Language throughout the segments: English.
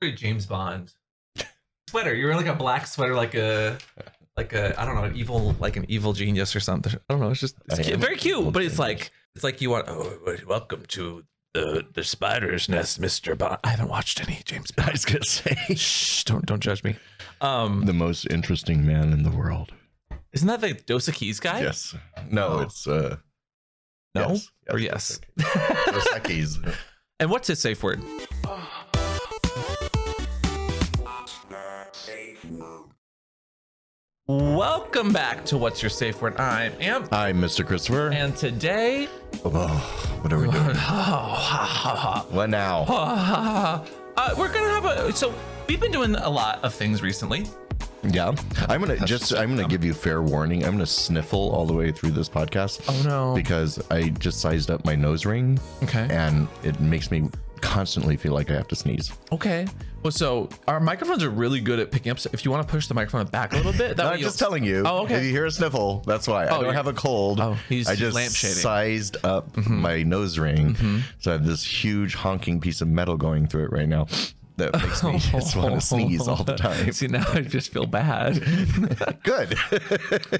very James Bond sweater. You were like a black sweater, like a like a I don't know, an evil like an evil genius or something. I don't know. It's just it's I cute, am very an cute, evil but it's genius. like it's like you want. Oh, welcome to the the spider's nest, Mister Bond. I haven't watched any James Bond. I was gonna say Shh, don't don't judge me. Um, The most interesting man in the world. isn't that the Dosa Keys guy? yes. No, Oh. it's uh No? Yes. Or yes. Dos Equis. And what's his safe word? Welcome back to What's Your Safe Word. I'm Amp, Hi, Mr. Christopher. and today. oh, what are we doing? What now? uh, we're gonna have a. So we've been doing a lot of things recently. Yeah. I'm gonna just I'm gonna give you fair warning. I'm gonna sniffle all the way through this podcast. Oh, no. Because I just sized up my nose ring Okay. and it makes me constantly feel like I have to sneeze. Okay. Well, so our microphones are really good at picking up. So if you want to push the microphone back a little bit, that No, way I'm you'll- just telling you. Oh, okay. If you hear a sniffle, that's why. Oh, I you're- don't have a cold. Oh, he's I just just lampshading. Mm-hmm. sized up my nose ring. So I have this huge honking piece of metal going through it right now that makes me just want to sneeze all the time. See, now I just feel bad. Good.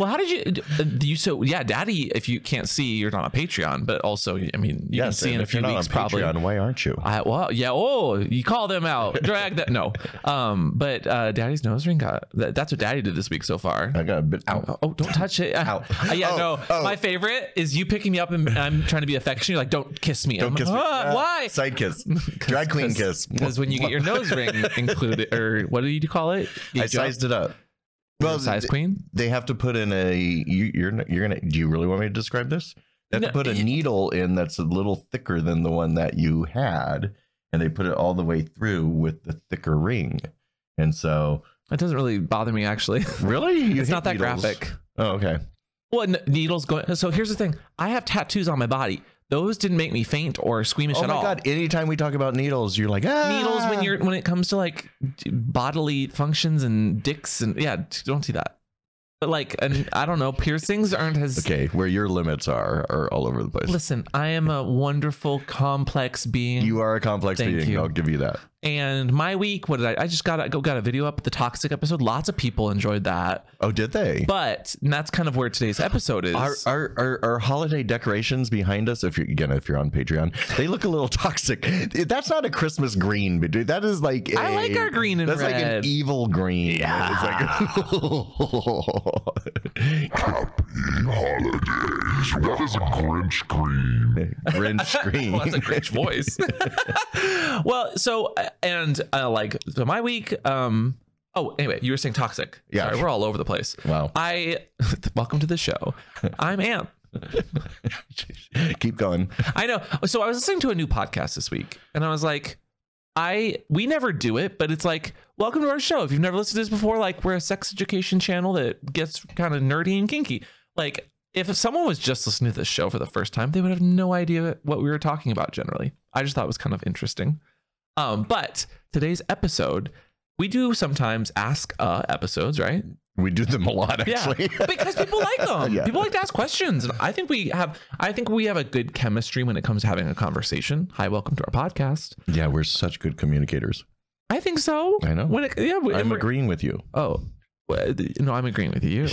well, how did you d- uh, do? You so yeah, Daddy. If you can't see, you're not on Patreon, but also, I mean, you can yes. see And in a if you're few not weeks on probably. Patreon, why aren't you? I well, yeah. Oh, you call them out, drag that. No, um, but uh, Daddy's nose ring got. That, that's what Daddy did this week so far. I got a bit out. Oh, don't touch it. Ow. Uh, yeah, Oh, no. oh. My favorite is you picking me up and I'm trying to be affectionate. You're like, don't kiss me. Don't I'm kiss me. like, "Ah, Ah, why? Side kiss. Dry clean kiss. Because when you get your nose ring included, or what do you call it? You I jump- sized it up. you're a Well, size th- queen. they have to put in a you, you're n- you're gonna do you really want me to describe this they have to No, put a y- needle in that's a little thicker than the one that you had and they put it all the way through with the thicker ring and so That doesn't really bother me actually. really you it's hate not that needles? graphic. oh okay Well, n- needles going. So here's the thing: I have tattoos on my body. Those didn't make me faint or squeamish oh at my all. god anytime we talk about needles you're like ah! Needles when you're when it comes to like d- bodily functions and dicks and yeah, t- don't see that. But like, and I don't know, piercings aren't as. okay where your limits are are all over the place Listen, I am a wonderful, complex being. you are a complex Thank being you. i'll give you that and my week, what did I? I just got a, go got a video up the toxic episode. Lots of people enjoyed that, oh did they but and that's kind of where today's episode is. our, our, our, our holiday decorations behind us if you're again if you're on patreon they look a little toxic that's not a christmas green but dude, that is like a, I like our green and that's like an red. evil green yeah it's like holidays. What is a Grinch green? grinch green Well, that's a Grinch voice. well, so uh, and uh, like so my week. Um. Oh, anyway, you were saying toxic. Yeah, Sorry, sure. we're all over the place. wow I welcome to the show. I'm Amp. keep going I know. So I was listening to a new podcast this week, and I was like, I we never do it, but it's like welcome to our show. If you've never listened to this before, like we're a sex education channel that gets kind of nerdy and kinky. Like if someone was just listening to this show for the first time, they would have no idea what we were talking about. Generally, I just thought it was kind of interesting. Um, but today's episode, we do sometimes ask uh episodes, right? we do them a lot actually Yeah, because people like them. Yeah. People like to ask questions, and I think we have. I think we have a good chemistry when it comes to having a conversation. Hi, welcome to our podcast. yeah we're such good communicators I think so. I know. When it, yeah, we- i'm we're- agreeing with you Oh, well, th- no, I'm agreeing with you.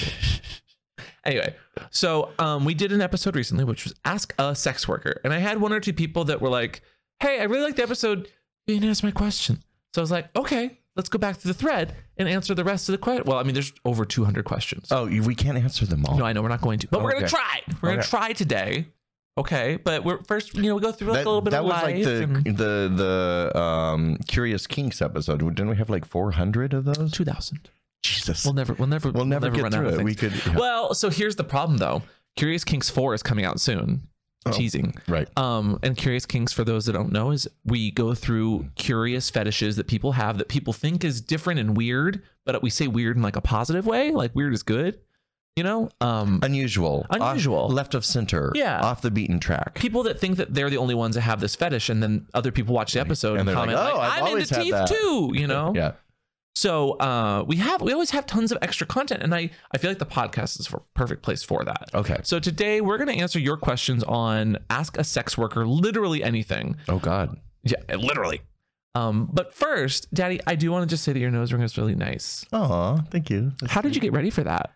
anyway, so um, we did an episode recently, which was ask a sex worker, and I had one or two people that were like, "Hey, I really like the episode. You didn't answer my question." So I was like, "Okay." Let's go back to the thread and answer the rest of the question. Well, I mean, there's over 200 questions. oh you- we can't answer them all No, I know we're not going to, but we're gonna Okay. try. We're gonna Okay. try today. Okay, but we're first. You know, we go through like that, a little bit that of was life. like the and- the the um curious kinks episode didn't we have like 400 of those two thousand. jesus We'll never. We'll never. we'll never, run get out of through it things. we could yeah. Well, so here's the problem though. Curious Kings Four is coming out soon. Oh. Teasing. right Um, and Curious Kings, for those that don't know, is we go through curious fetishes that people have that people think is different and weird, but we say weird in like a positive way, like weird is good, you know. Um, unusual Off- Unusual. left of center Yeah. off the beaten track people that think that they're the only ones that have this fetish, and then other people watch the episode And and, they're like, comment like, "Oh, I've "I'm always into had teeth that." too," you know. yeah So uh, we have we always have tons of extra content, and I I feel like the podcast is a perfect place for that. okay So today we're gonna answer your questions on ask a sex worker literally anything. oh god Yeah, literally. Um, but first, Daddy, I do want to just say that your nose ring is really nice. Aw, thank you. How did you get ready for that?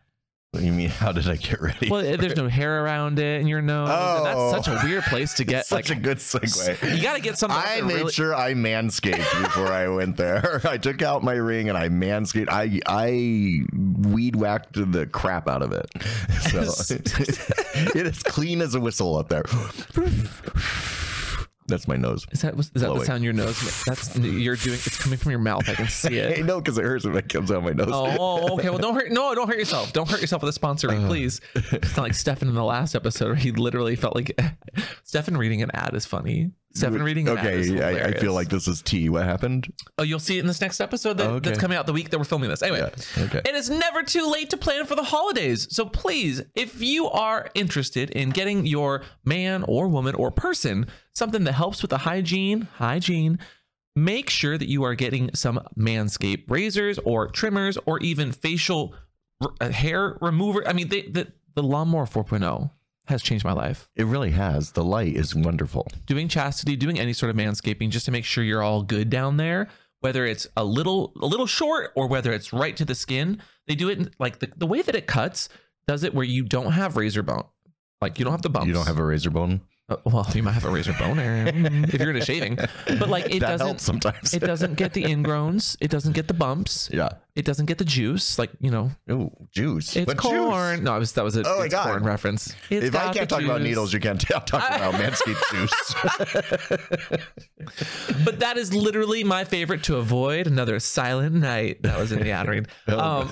What do you mean? How did I get ready? Well, there's no hair around it in your nose. and Oh. that's such a weird place to get Such like a good segue. you got to get something. I that made really- sure I manscaped before I went there. I took out my ring and I manscaped. I I weed whacked the crap out of it. So it is clean as a whistle up there. That's my nose. Is that was- is that the Blowing. sound your nose? ma- That's you're doing. It's coming from your mouth. I can see Hey, it. no, because it hurts when it comes out my nose. Oh, okay. Well, don't hurt. No, don't hurt yourself. Don't hurt yourself with a sponsor Uh. ring, please. It's not like Stefan in the last episode where he literally felt like Stefan reading an ad is funny. Stefan reading an ad is okay, I, I hilarious. feel like this is tea. What happened? Oh, you'll see it in this next episode that, Oh, okay. that's coming out the week that we're filming this. Anyway, Yeah, okay. it is never too late to plan for the holidays. So please, if you are interested in getting your man or woman or person something that helps with the hygiene, hygiene, make sure that you are getting some Manscaped razors or trimmers or even facial r- uh, hair remover. I mean, they, the, the Lawnmower 4.0 has changed my life It really has. The light is wonderful. doing chastity, doing any sort of manscaping just to make sure you're all good down there, whether it's a little a little short or whether it's right to the skin. They do it in, like the, the way that it cuts does it where you don't have razor bone. Like you don't have the bumps. You don't have a razor bone. Uh, well, you might have a razor bone area mm, if you're into shaving, but like it that doesn't helps sometimes. it doesn't get the ingrowns, it doesn't get the bumps, yeah. it doesn't get the juice. Like you know, Oh, juice. it's What juice? corn. No, I was that was a Oh my it's God. corn reference. It's if I got can't the talk about juice. needles, you can't talk about Manscaped juice. but that is literally my favorite to avoid another silent night that was in the ad read. Um,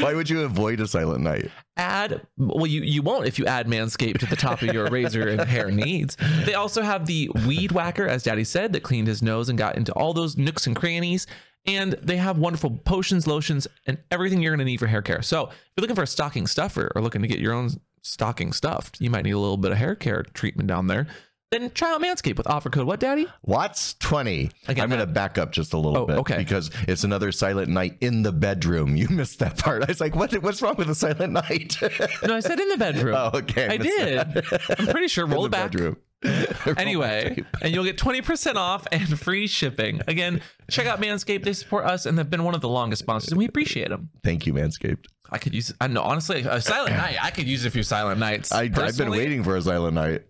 Why would you avoid a silent night? add well, you you won't if you add Manscaped to the top of your razor and hair needs. They also have the weed whacker, as Daddy said, that cleaned his nose and got into all those nooks and crannies. And they have wonderful potions, lotions, and everything you're gonna need for hair care. So if you're looking for a stocking stuffer or looking to get your own stocking stuffed, you might need a little bit of hair care treatment down there. Then try out Manscaped with offer code what, Daddy? What's 20? Again, I'm going to that- back up just a little Oh, bit okay. because it's another silent night in the bedroom. You missed that part. I was like, what, what's wrong with a silent night? No, I said in the bedroom. oh, okay. I missed did. that. I'm pretty sure. In Roll the it back. bedroom. Oh, Anyway, and you'll get 20% off and free shipping. Again, check out Manscaped. They support us and they've been one of the longest sponsors, and we appreciate them. Thank you, Manscaped. I could use, I know, honestly, a silent night. I could use a few silent nights. I, I've been personally. waiting for a silent night.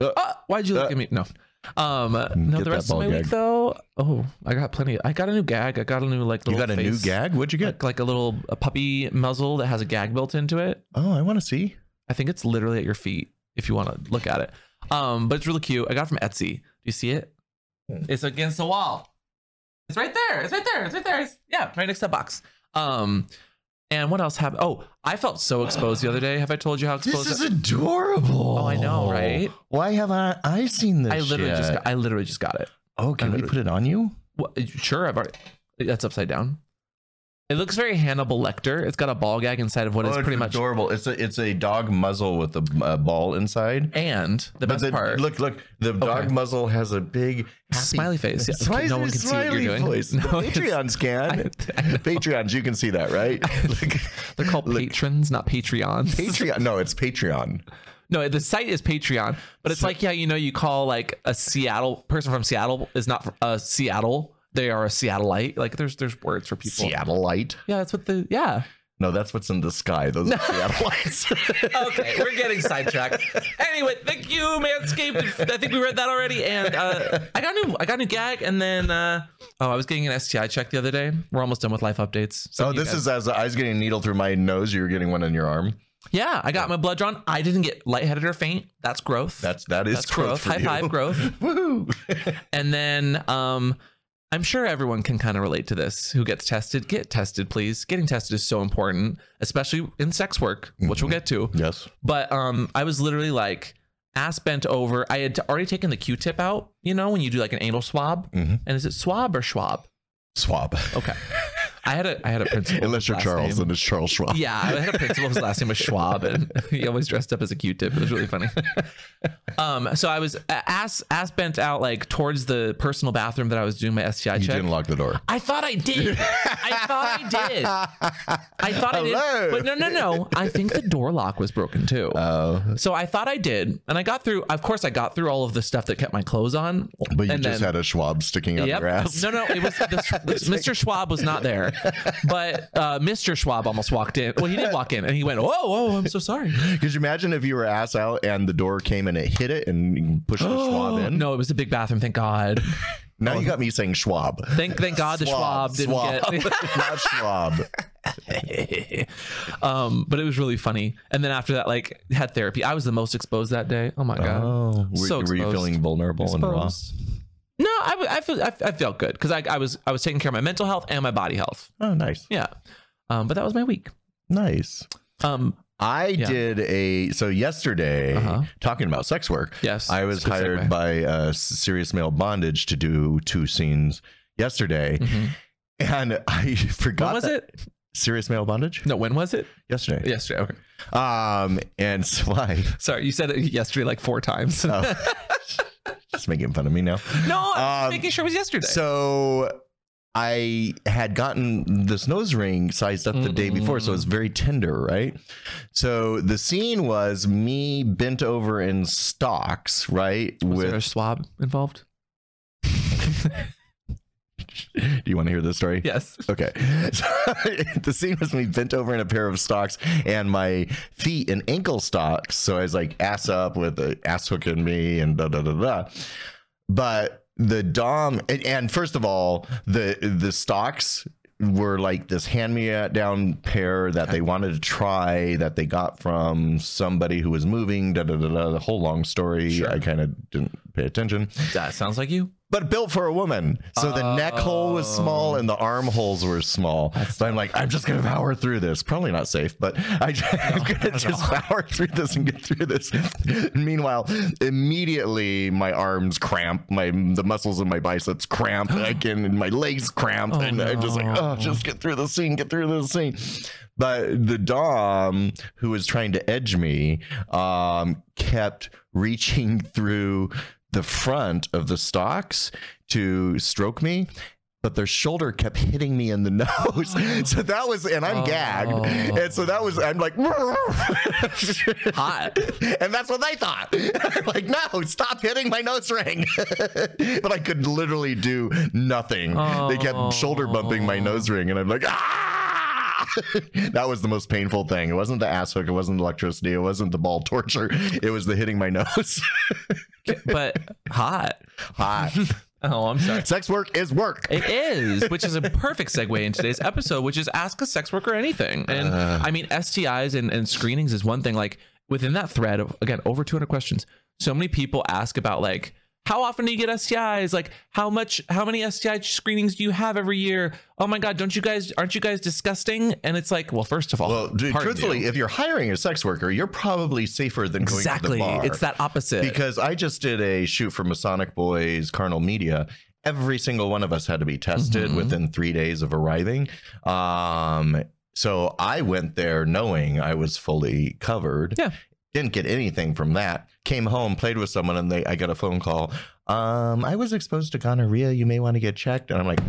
Oh, why'd you look Uh, at me? No. Um, no, get the that rest of ball my gag. week, though. Oh, I got plenty. I got a new gag. I got a new, like, You little got a new face- gag? What'd you get? Like, like a little a puppy muzzle that has a gag built into it. Oh, I want to see. I think it's literally at your feet if you want to look at it. Um, but it's really cute. I got it from Etsy. Do you see it? Hmm. It's against the wall. It's right there. It's right there. It's right there. It's, yeah, right next to that box. Um, and what else happened? Oh, I felt so exposed the other day. Have I told you how exposed? I- adorable. Oh, I know, right? Why haven't I seen this? I literally just yet? got, I literally just got it. Oh, I can we literally- put it on you? What, sure, I've already. That's upside down. It looks very Hannibal Lecter. It's got a ball gag inside of what is pretty much. adorable. Oh, It's a it's a dog muzzle with a uh, ball inside. And the But best the, part, look, look, the dog muzzle has a big happy- smiley face. Yeah, Smiley, no one can see what you're smiley doing. Face. No, The it's- Patreons can. I know. Patreons, you can see that, right? Look, They're called patrons, not Patreons. Patreon. No, it's Patreon. no, the site is Patreon, but it's like yeah, you know, you call like a Seattle person from Seattle is not from, uh, Seattle. They are a Seattleite. Like there's there's words for people. Seattleite. Yeah, that's what the yeah. No, that's what's in the sky. Those are Seattleites. Okay, we're getting sidetracked. Anyway, thank you, Manscaped. I think we read that already. And uh, I got a new I got a new gag, and then uh, oh, I was getting an STI check the other day. We're almost done with life updates. So oh, this is as I was getting a needle through my nose. You were getting one in your arm. yeah. I got my blood drawn. I didn't get lightheaded or faint. That's growth. That's that is that's growth. for High you. five growth. Woohoo! And then um I'm sure everyone can kind of relate to this. Who gets tested? Get tested, please. Getting tested is so important, especially in sex work, which Mm-hmm. we'll get to. yes. But um I was literally like ass bent over. I had already taken the Q-tip out, you know, when you do like an anal swab. Mhm. And is it swab or schwab? Swab. Okay. I had a I had a principal. Unless you're last Charles, name. then it's Charles Schwab. Yeah, I had a principal whose last name was Schwab, and he always dressed up as a Q-tip. It was really funny. Um, so I was ass ass bent out like towards the personal bathroom that I was doing my STI You check. didn't lock the door. I thought I did. I thought I did. I thought I Hello. did. But no, no, no. I think the door lock was broken too. Oh, so I thought I did, and I got through. Of course, I got through all of the stuff that kept my clothes on. but you and just then- had a Schwab sticking out Yep. your ass. No, no, it was the, Mr. Schwab was not there, but uh, Mr. Schwab almost walked in. Well, he did walk in, and he went, "Oh, oh, I'm so sorry." Because you imagine if you were ass out and the door came and it hit it and pushed the Schwab in. Oh, no, it was a big bathroom. Thank God. Now you got me saying Schwab. Thank, thank God the Schwab didn't get. not Schwab. um, but it was really funny. And then after that, like had therapy. I was the most exposed that day. Oh my god. Oh, were, So were you exposed. feeling vulnerable and raw? Exposed. No, I, w- I feel I, I felt good because I, I was I was taking care of my mental health and my body health. Oh, nice, Yeah, um, but that was my week. nice. Um, I Yeah. did a so yesterday Uh-huh. talking about sex work. yes, I was Good hired segue. by uh, S- Serious Male Bondage to do two scenes yesterday, Mhm. and I forgot. When was that- it? Serious Male Bondage No, when was it? yesterday. Yesterday. Okay. Um, and so I Sorry, you said it yesterday like four times. Oh. just making fun of me now. no, I'm just Um, making sure it was yesterday. So I had gotten this nose ring sized up the day Mm. before, so it's very tender, right? So the scene was me bent over in stocks, right? was with there a swab involved? do you want to hear this story? Yes. Okay. So, the scene was me bent over in a pair of stocks and my feet and ankle stocks. So I was like ass up with the ass hook in me and da da da da. But the Dom and, and first of all, the the stocks were like this hand me down pair that they wanted to try that they got from somebody who was moving, da da da da. The whole long story. Sure. I kind of didn't pay attention That sounds like you. but built for a woman. So the neck hole was small Oh. and the armholes were small. so I'm like, I'm just gonna power through this. Probably not safe, but I am gonna not at just power through this and get through this. Meanwhile, immediately my arms cramp, my the muscles in my biceps cramp again, and my legs cramp, Oh, and I'm just like, oh, no. just get through the scene, get through the scene. But the dom who was trying to edge me um, kept reaching through the front of the stocks to stroke me. But their shoulder kept hitting me in the nose. So that was, and I'm gagged. And so that was, I'm like, Hot. and that's what they thought. like, no, stop hitting my nose ring. but I could literally do nothing. They Oh. kept shoulder bumping my nose ring, and I'm like, ah! that was the most painful thing. It wasn't the ass hook, it wasn't electricity, it wasn't the ball torture, it was the hitting my nose. but hot. Hot. Oh, I'm sorry. Sex work is work. It is, which is a perfect segue in today's episode, which is ask a sex worker anything. And Uh. I mean, STIs and, and screenings is one thing. Like within that thread of, again, over 200 questions, so many people ask about, like, how often do you get STIs? Like, how much, how many STI screenings do you have every year? Oh my God, don't you guys, aren't you guys disgusting? And it's like, well, first of all, Well, dude, pardon truthfully, you. if you're hiring a sex worker, you're probably safer than going exactly. to the bar. It's that opposite. because I just did a shoot for Masonic Boys Carnal Media. Every single one of us had to be tested Mhm. within three days of arriving. Um, so I went there knowing I was fully covered. Yeah. Didn't get anything from that. Came home, played with someone, and they I got a phone call. Um, I was exposed to gonorrhea. You may want to get checked. And I'm like,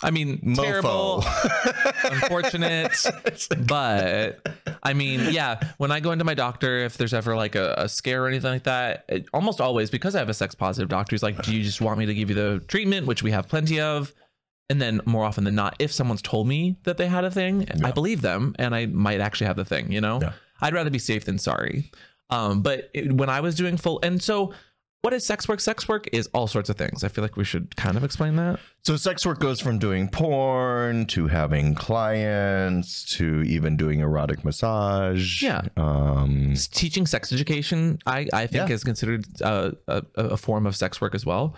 I mean, mofo. terrible, unfortunate. but I mean, yeah, when I go into my doctor, if there's ever like a, a scare or anything like that, it, almost always because I have a sex positive doctor, he's like, Do you just want me to give you the treatment, which we have plenty of? And then more often than not, if someone's told me that they had a thing, I Yeah. believe them and I might actually have the thing, you know? Yeah. I'd rather be safe than sorry. Um, but it, when I was doing full, and so what is sex work? Sex work is all sorts of things. I feel like we should kind of explain that. So sex work goes from doing porn to having clients to even doing erotic massage. Yeah. Um, S- teaching sex education i i think Yeah. is considered uh, a, a a form of sex work as well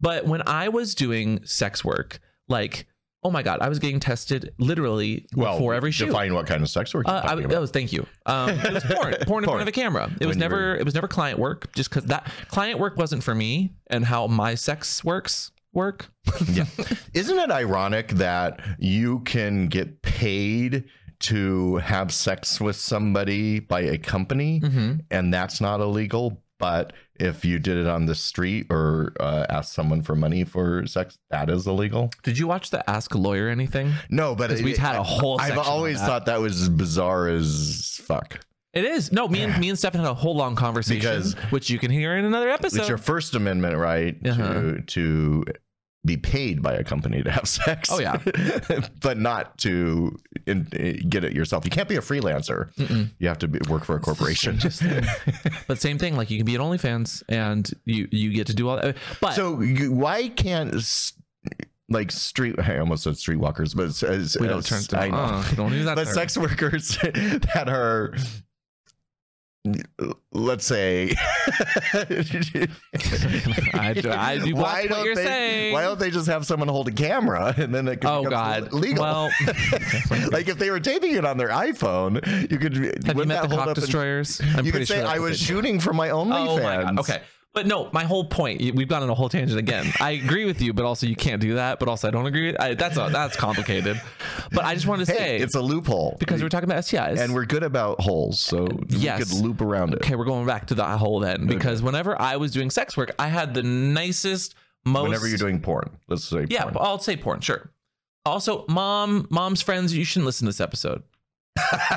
but when i was doing sex work like oh my god i was getting tested literally well, before every shoot define what kind of sex work. You're uh, I, talking that about. was thank you. Um, it was porn, porn in front Porn. of a camera. It When was you never, were- it was never client work, just because that client work wasn't for me and how my sex works. work. yeah. Isn't it ironic that you can get paid to have sex with somebody by a company Mm-hmm. and that's not illegal? But if you did it on the street or uh, asked someone for money for sex, that is illegal. Did you watch the Ask a Lawyer anything? No, but Because it- we've had a whole. I've section on always that. thought that was bizarre as fuck. it is. No, me and me and Stefan had a whole long conversation, Because- which you can hear in another episode. it's your First Amendment right Uh-huh. to to be paid by a company to have sex. Oh, yeah. but not to in, eh, get it yourself. You can't be a freelancer. Mm-mm. You have to be, work for a corporation. strangest thing. But same thing, like you can be at OnlyFans and you you get to do all that. But so you- why can't s- like street? I almost said streetwalkers, but it's, it's, we don't turn it's- to I know. uh, don't use that. but term. sex workers that are let's say I do- I do watch what you're they, saying. why don't they just have someone hold a camera and then it Oh becomes God! legal Well, like if they were taping it on their iphone you could have you met the cock and- destroyers? I'm you pretty could say sure that's i what was they do. shooting for my only Oh my god! Okay, but no, my whole point. We've gone on a whole tangent again. I agree with you, but also you can't do that. But also I don't agree. With, I, that's a, that's complicated. But I just wanted to hey say it's a loophole because we're talking about STIs and we're good about holes so Yes. we could loop around it Okay, we're going back to that whole then because whenever I was doing sex work, I had the nicest, most. whenever you're doing porn let's say yeah, porn. I'll say porn. Sure. Also, mom, mom's friends, you shouldn't listen to this episode.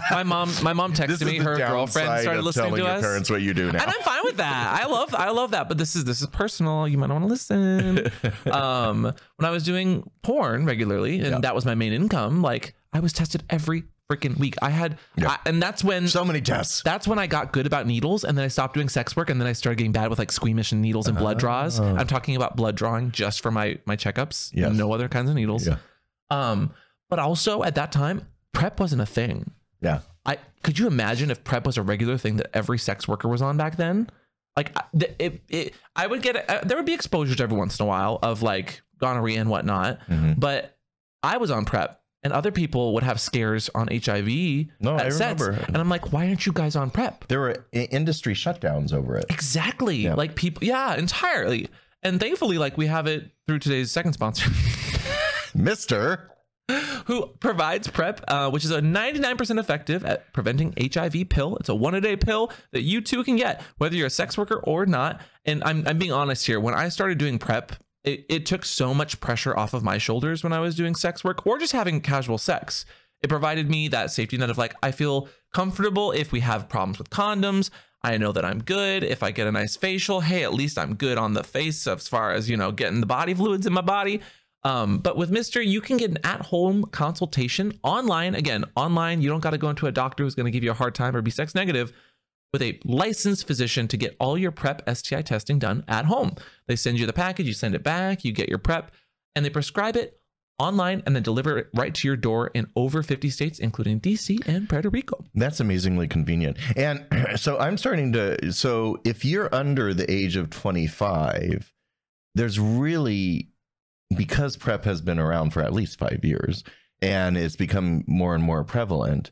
my mom, my mom texted is me. the Her girlfriend downside started of listening telling to your us, Parents, what you do now? and I'm fine with that. I love, I love that. But this is this is personal. You might not want to listen. um, when I was doing porn regularly, and Yeah. that was my main income, like I was tested every freaking week. I had, Yeah. I, and that's when so many tests. that's when I got good about needles, and then I stopped doing sex work, and then I started getting bad with like squeamish and needles and Uh-huh. blood draws. I'm talking about blood drawing just for my my checkups, Yes. no other kinds of needles. Yeah. Um, but also at that time, prep wasn't a thing. Yeah. I could you imagine if prep was a regular thing that every sex worker was on back then? Like I- th- it, it, I would get uh, there would be exposures every once in a while of like gonorrhea and whatnot, Mhm. but I was on prep, and other people would have scares on HIV. No, at I sets, remember. and I'm like, why aren't you guys on prep? There were i- industry shutdowns over it. Exactly. Yeah. Like people, yeah, entirely. And thankfully, like we have it through today's second sponsor, Mister, who provides PrEP, uh, which is a 99% effective at preventing HIV pill. It's a one a day pill that you too can get, whether you're a sex worker or not. And I'm, I'm being honest here. When I started doing PrEP, it, it took so much pressure off of my shoulders when I was doing sex work or just having casual sex. It provided me that safety net of like, I feel comfortable if we have problems with condoms. I know that I'm good. If I get a nice facial, hey, at least I'm good on the face as far as, you know, getting the body fluids in my body. Um, but with Mister, you can get an at-home consultation online. Again, online. You don't got to go into a doctor who's going to give you a hard time or be sex negative. With a licensed physician to get all your prep STI testing done at home. They send you the package, you send it back, you get your prep, and they prescribe it online and then deliver it right to your door in over 50 states, including DC and Puerto Rico. that's amazingly convenient. And so I'm starting to. So if you're under the age of 25, there's really because prep has been around for at least five years and it's become more and more prevalent.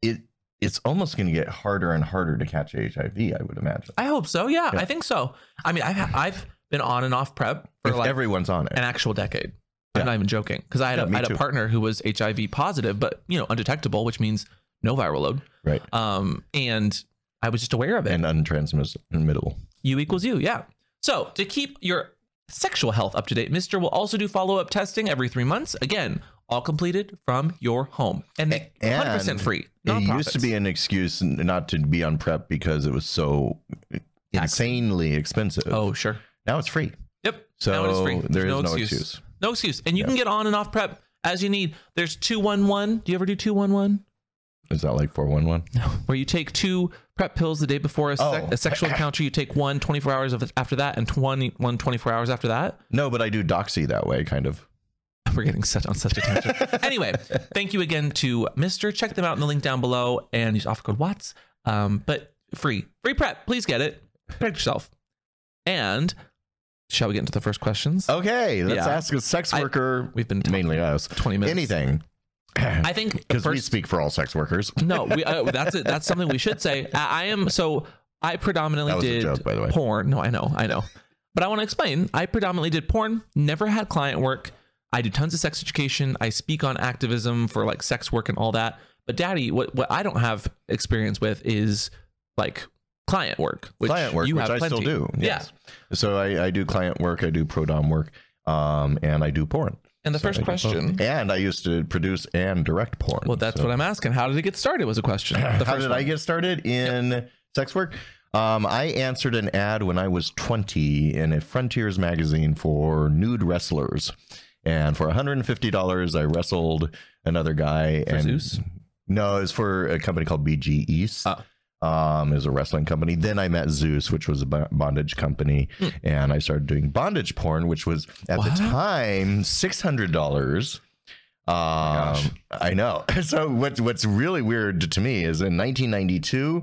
It it's almost going to get harder and harder to catch HIV. I would imagine. I hope so. Yeah, Yeah. I think so. I mean, I've I've been on and off prep for If like everyone's on it. an actual decade. Yeah. I'm not even joking because I had, Yeah, a, me I had too. a partner who was HIV positive, but you know undetectable, which means no viral load. Right. Um, and I was just aware of it. and untransmittable. U equals U, yeah. So to keep your sexual health up to date, Mister will also do follow up testing every three months. Again, all completed from your home and A- and 100 percent free. It used to Nonprofits. be an excuse n- not to be on prep because it was so insanely expensive. oh sure, now it's free. yep. So now it is free. there There's is no no, excuse. excuse. No excuse, and you can get on and off prep as you need. There's two one one. Do you ever do two one one? Is that like four one one? where you take two prep pills the day before a, sec- Oh. a sexual encounter. You take one 24 hours of, after that and 20, one 24 hours after that. No, but I do doxy that way, kind of. We're getting set on such a tangent. anyway, thank you again to Mr. Check them out in the link down below and use offer code Watts. Um, but free, free prep. Please get it. Protect yourself. And shall we get into the first Oh. questions? Okay, let's Yeah. ask a sex I- worker. We've been talking mainly us. 20 minutes. Anything, I think the because we first speak for all sex workers. No, we, uh, that's it. That's something we should say. I, I am so I predominantly That was a did joke, by the way. porn. No, I know, I know. But I want to explain. I predominantly did porn, never had client work. I do tons of sex education. I speak on activism for like sex work and all that. But daddy, what, what I don't have experience with is like client work, which client work, you which have I still plenty. do. Yeah. Yes. So I, I do client work, I do pro dom work, um, and I do porn. And the So first I do both. question. And I used to produce and direct porn. Well, that's So- what I'm asking. How did it get started? Was a question. The How first did I one. get started in sex work? Um, I answered an ad when I was 20 in a Frontiers magazine for nude wrestlers. And for $150, I wrestled another guy. For and Zeus? No, it was for a company called BG East. Oh. Um, it was a wrestling company. Then I met Zeus, which was a bo- bondage company, Hmm. and I started doing bondage porn, which was at Wow. the time six hundred dollars. Oh gosh. Um, I know. So what's what's really weird to me is in 1992,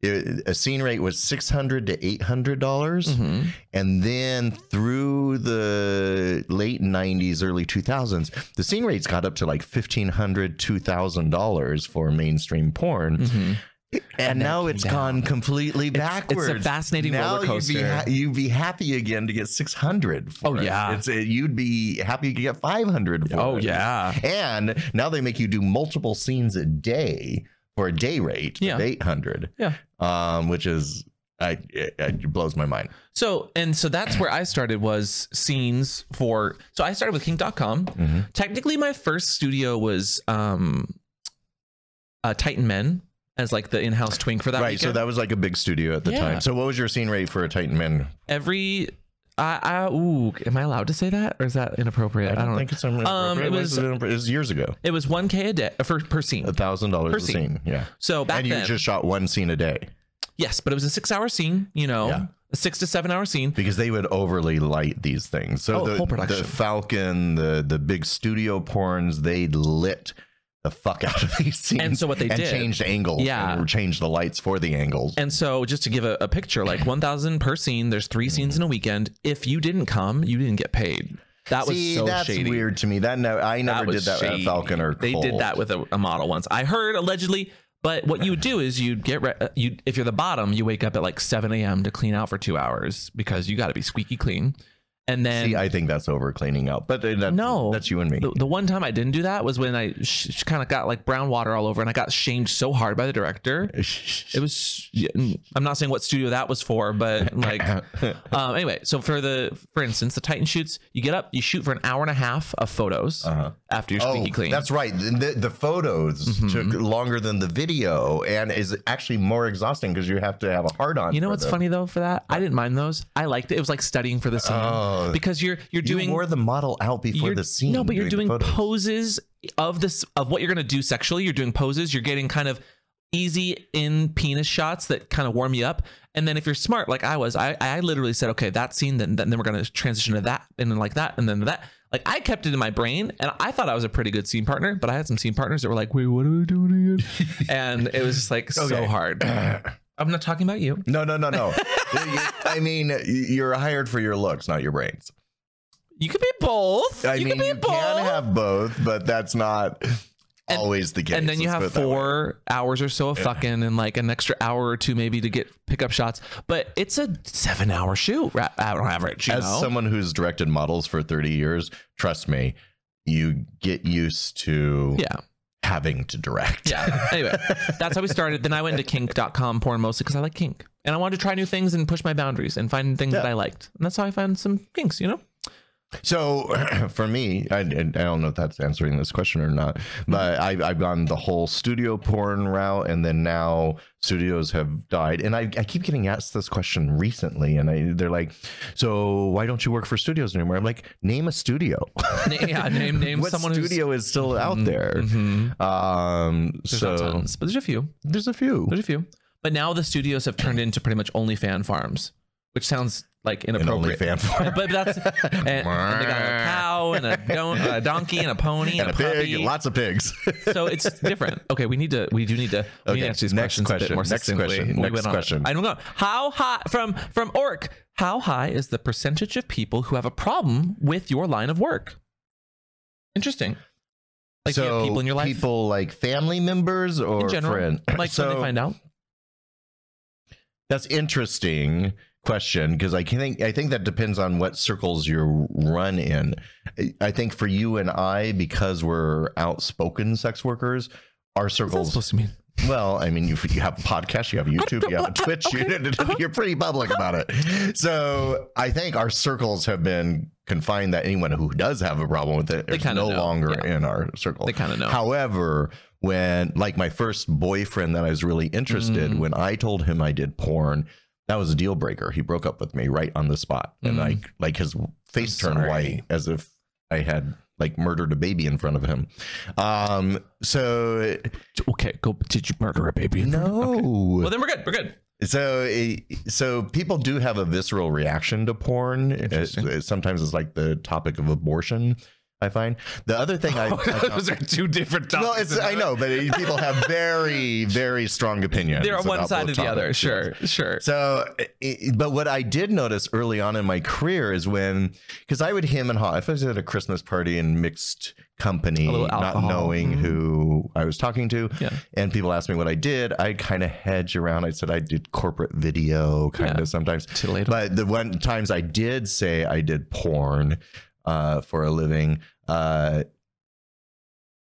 it, a scene rate was 600 to 800 dollars, Mhm. and then through the late 90s, early 2000s, the scene rates got up to like 1500, 2000 dollars for mainstream porn, Mhm. and then now it it's came down. gone completely It's- it's a backwards. fascinating now roller You'd coaster. be, ha- you'd be happy again to get 600. For Oh, it. yeah. it's a, you'd be happy to get 500. For Oh it. yeah. And now they make you do multiple scenes a day for a day rate Yeah. of 800. Yeah. Um, which is, I, it, it blows my mind. So and so that's where I started was scenes for so I started with kink.com. Technically my first studio was um uh Titan Men as like the in-house twink for that right. So weekend. that was like a big studio at the Yeah. time. So what was your scene rate for a Titan Man? every I I ooh, am I allowed to say that or is that inappropriate? I don't, know. think it's something. Um, it was- it was years ago. It was 1k a day uh, for per A scene. thousand dollars Per a scene. scene. Yeah. So back and you then just shot one scene a day yes, but it was a 6-hour scene, you know. Yeah. A 6 to 7-hour scene. because they would overly light these things. So Oh, the, whole production. the Falcon, the the big studio porns, they lit the fuck out of these scenes. And so what they and did- changed angles. Yeah. and changed the lights for the angles. And so, just to give a, a picture, like 1,000 per scene, there's three scenes in a weekend. If you didn't come, you didn't get paid. That was See, so that's shady. weird to me. That no, I never did was that at shady. Falcon or They did Colt. that with a, a model once. I heard allegedly, but what you would do is you'd get, re- uh, you if you're the bottom, you wake up at like 7 a.m. to clean out for two hours because you got to be squeaky clean. And then See, I think that's over cleaning up, but uh, that's, No. that's you and me. the, the one time I didn't do that was when I sh- kind of got like brown water all over and I got shamed so hard by the director. It was, I'm not saying what studio that was for, but like, um, anyway, so for the for instance, the Titan shoots, you get up, you shoot for an hour and a half of photos Uh-huh. after you're Oh, squeaky clean. Mm-hmm. that's right. The, the- the photos took longer than the video, and is actually more exhausting because you have to have a hard on. you know what's funny though for that? I didn't mind those. I liked it. It was like studying for the scene Oh. because you're you're doing you wore the model out before you're- the scene. No, but you're doing, the photos. poses of this of what you're gonna do sexually. You're doing poses. You're getting kind of easy in penis shots that kind of warm you up. And then if you're smart, like I was, I, I literally said, okay, that scene, then then we're gonna transition to that, and then like that, and then that. Like I kept it in my brain, and I thought I was a pretty good scene partner. But I had some scene partners that were like, wait, what are we doing again? and it was just like so Okay. hard. I'm not talking about you. No, no, no, no. You- I mean, you're hired for your looks, not your brains. You could be both. I you mean, could be you both. can have both, but that's not always the case. and then you let's have put it that way. four hours or so of fucking and like an extra hour or two maybe to get pickup shots. But it's a seven hour shoot ra- uh, on average. You As know? someone who's directed models for 30 years, trust me, you get used to yeah. having to direct. Yeah. Anyway, that's how we started. Then I went to kink.com porn mostly because I like kink and I wanted to try new things and push my boundaries and find things that Yeah. I liked. And that's how I found some kinks, you know? So for me, I, I don't know if that's answering this question or not, Mm-hmm. but I've, I've gone the whole studio porn route, and then now studios have died. And I, I keep getting asked this question recently, and I, they're like, "So why don't you work for studios anymore?" I'm like, "Name a studio. Na- yeah. Name, name what someone studio is still out there?" who's. Mhm. Um, There's so not tons, but there's a few. there's a few. There's a few. But now the studios have turned into pretty much only fan farms, which sounds like an only inappropriate. fan for but that's and, and they got a cow and a, don- a donkey and a pony and, and a a, pig, puppy. lots of pigs. So it's different. Okay, we need to. We do need to. We need Okay, to answer these next questions a bit question, more next succinctly. question, We next went on. question. I don't know. How high from from Orc? How high is the percentage of people who have a problem with your line of work? Interesting. Like do you have people in your life people like family members or in general, friends. like when they find out. That's interesting question because I can think I think that depends on what circles you run in. I- I think for you and I, because we're outspoken sex workers, our What's that circles. supposed to mean? Well, I mean, you you have a podcast, you have YouTube, you have a I- Twitch. you- okay. Uh-huh. You're pretty public about it. So I think our circles have been confined that anyone who does have a problem with it They is kinda no know, longer yeah. in our circle. They kind of know. However, when like my first boyfriend that I was really interested, Mm. when I told him I did porn, that was a deal breaker. He broke up with me right on the spot, and Mm. like like his face I'm turned sorry. white as if I had like murdered a baby in front of him. Um, so Okay, go. Did you murder a baby? no. Okay. Well, then we're good. We're good. So, eh, so people do have a visceral reaction to porn. Eh, Interesting. eh, Sometimes it's like the topic of abortion. I find the other thing Oh, I, I Those are two different topics. well, it's, I know, but eh, people have very, very strong opinions. They're on one about side or both the other. topics. Sure, sure. So, eh, eh, but what I did notice early on in my career is when, because I would him and haw. If I was at a Christmas party in mixed company, A little not alcohol. knowing Mhm. who I was talking to, Yeah. and people asked me what I did, I kind of hedge around. I said I did corporate video, kind Yeah. of sometimes. Till later. But the one times I did say I did porn uh, for a living, uh,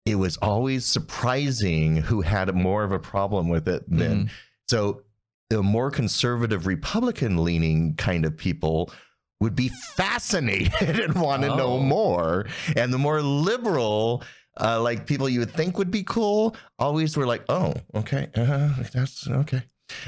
it was always surprising who had more of a problem with it Mm-hmm. than. So the more conservative Republican leaning kind of people would be fascinated and want to Oh. know more. And the more liberal, uh, like people you would think would be cool, always were like, oh, okay, uh, that's okay.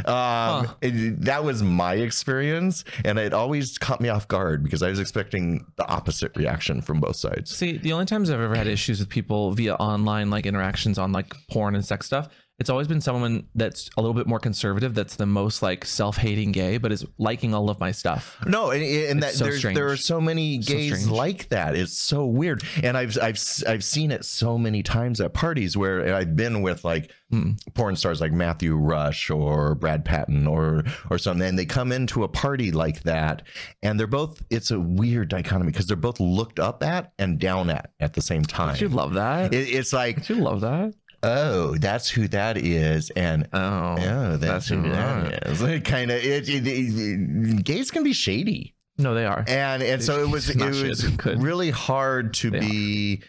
Um, Huh. it- that was my experience, and it always caught me off guard because I was expecting the opposite reaction from both sides. See, the only times I've ever had issues with people via online like interactions on like porn and sex stuff, it's always been someone that's a little bit more conservative, that's the most like self-hating gay, but is liking all of my stuff. No, and, and that It's so there's, there are strange. so many So gays strange. like that. It's so weird, and I've I've I've seen it so many times at parties where I've been with like Mm. porn stars like Matthew Rush or Brad Patton or or something, and they come into a party like that, and they're both. It's a weird dichotomy because they're both looked up at and down at at the same time. Don't you love that? It- it's like Don't you love that? oh, that's who that is, and Oh, oh, that's, who right. that is. It kind of it, it- it- gays can be shady, No, they are. and and so it was it Not shit, was good. really hard to They are. be.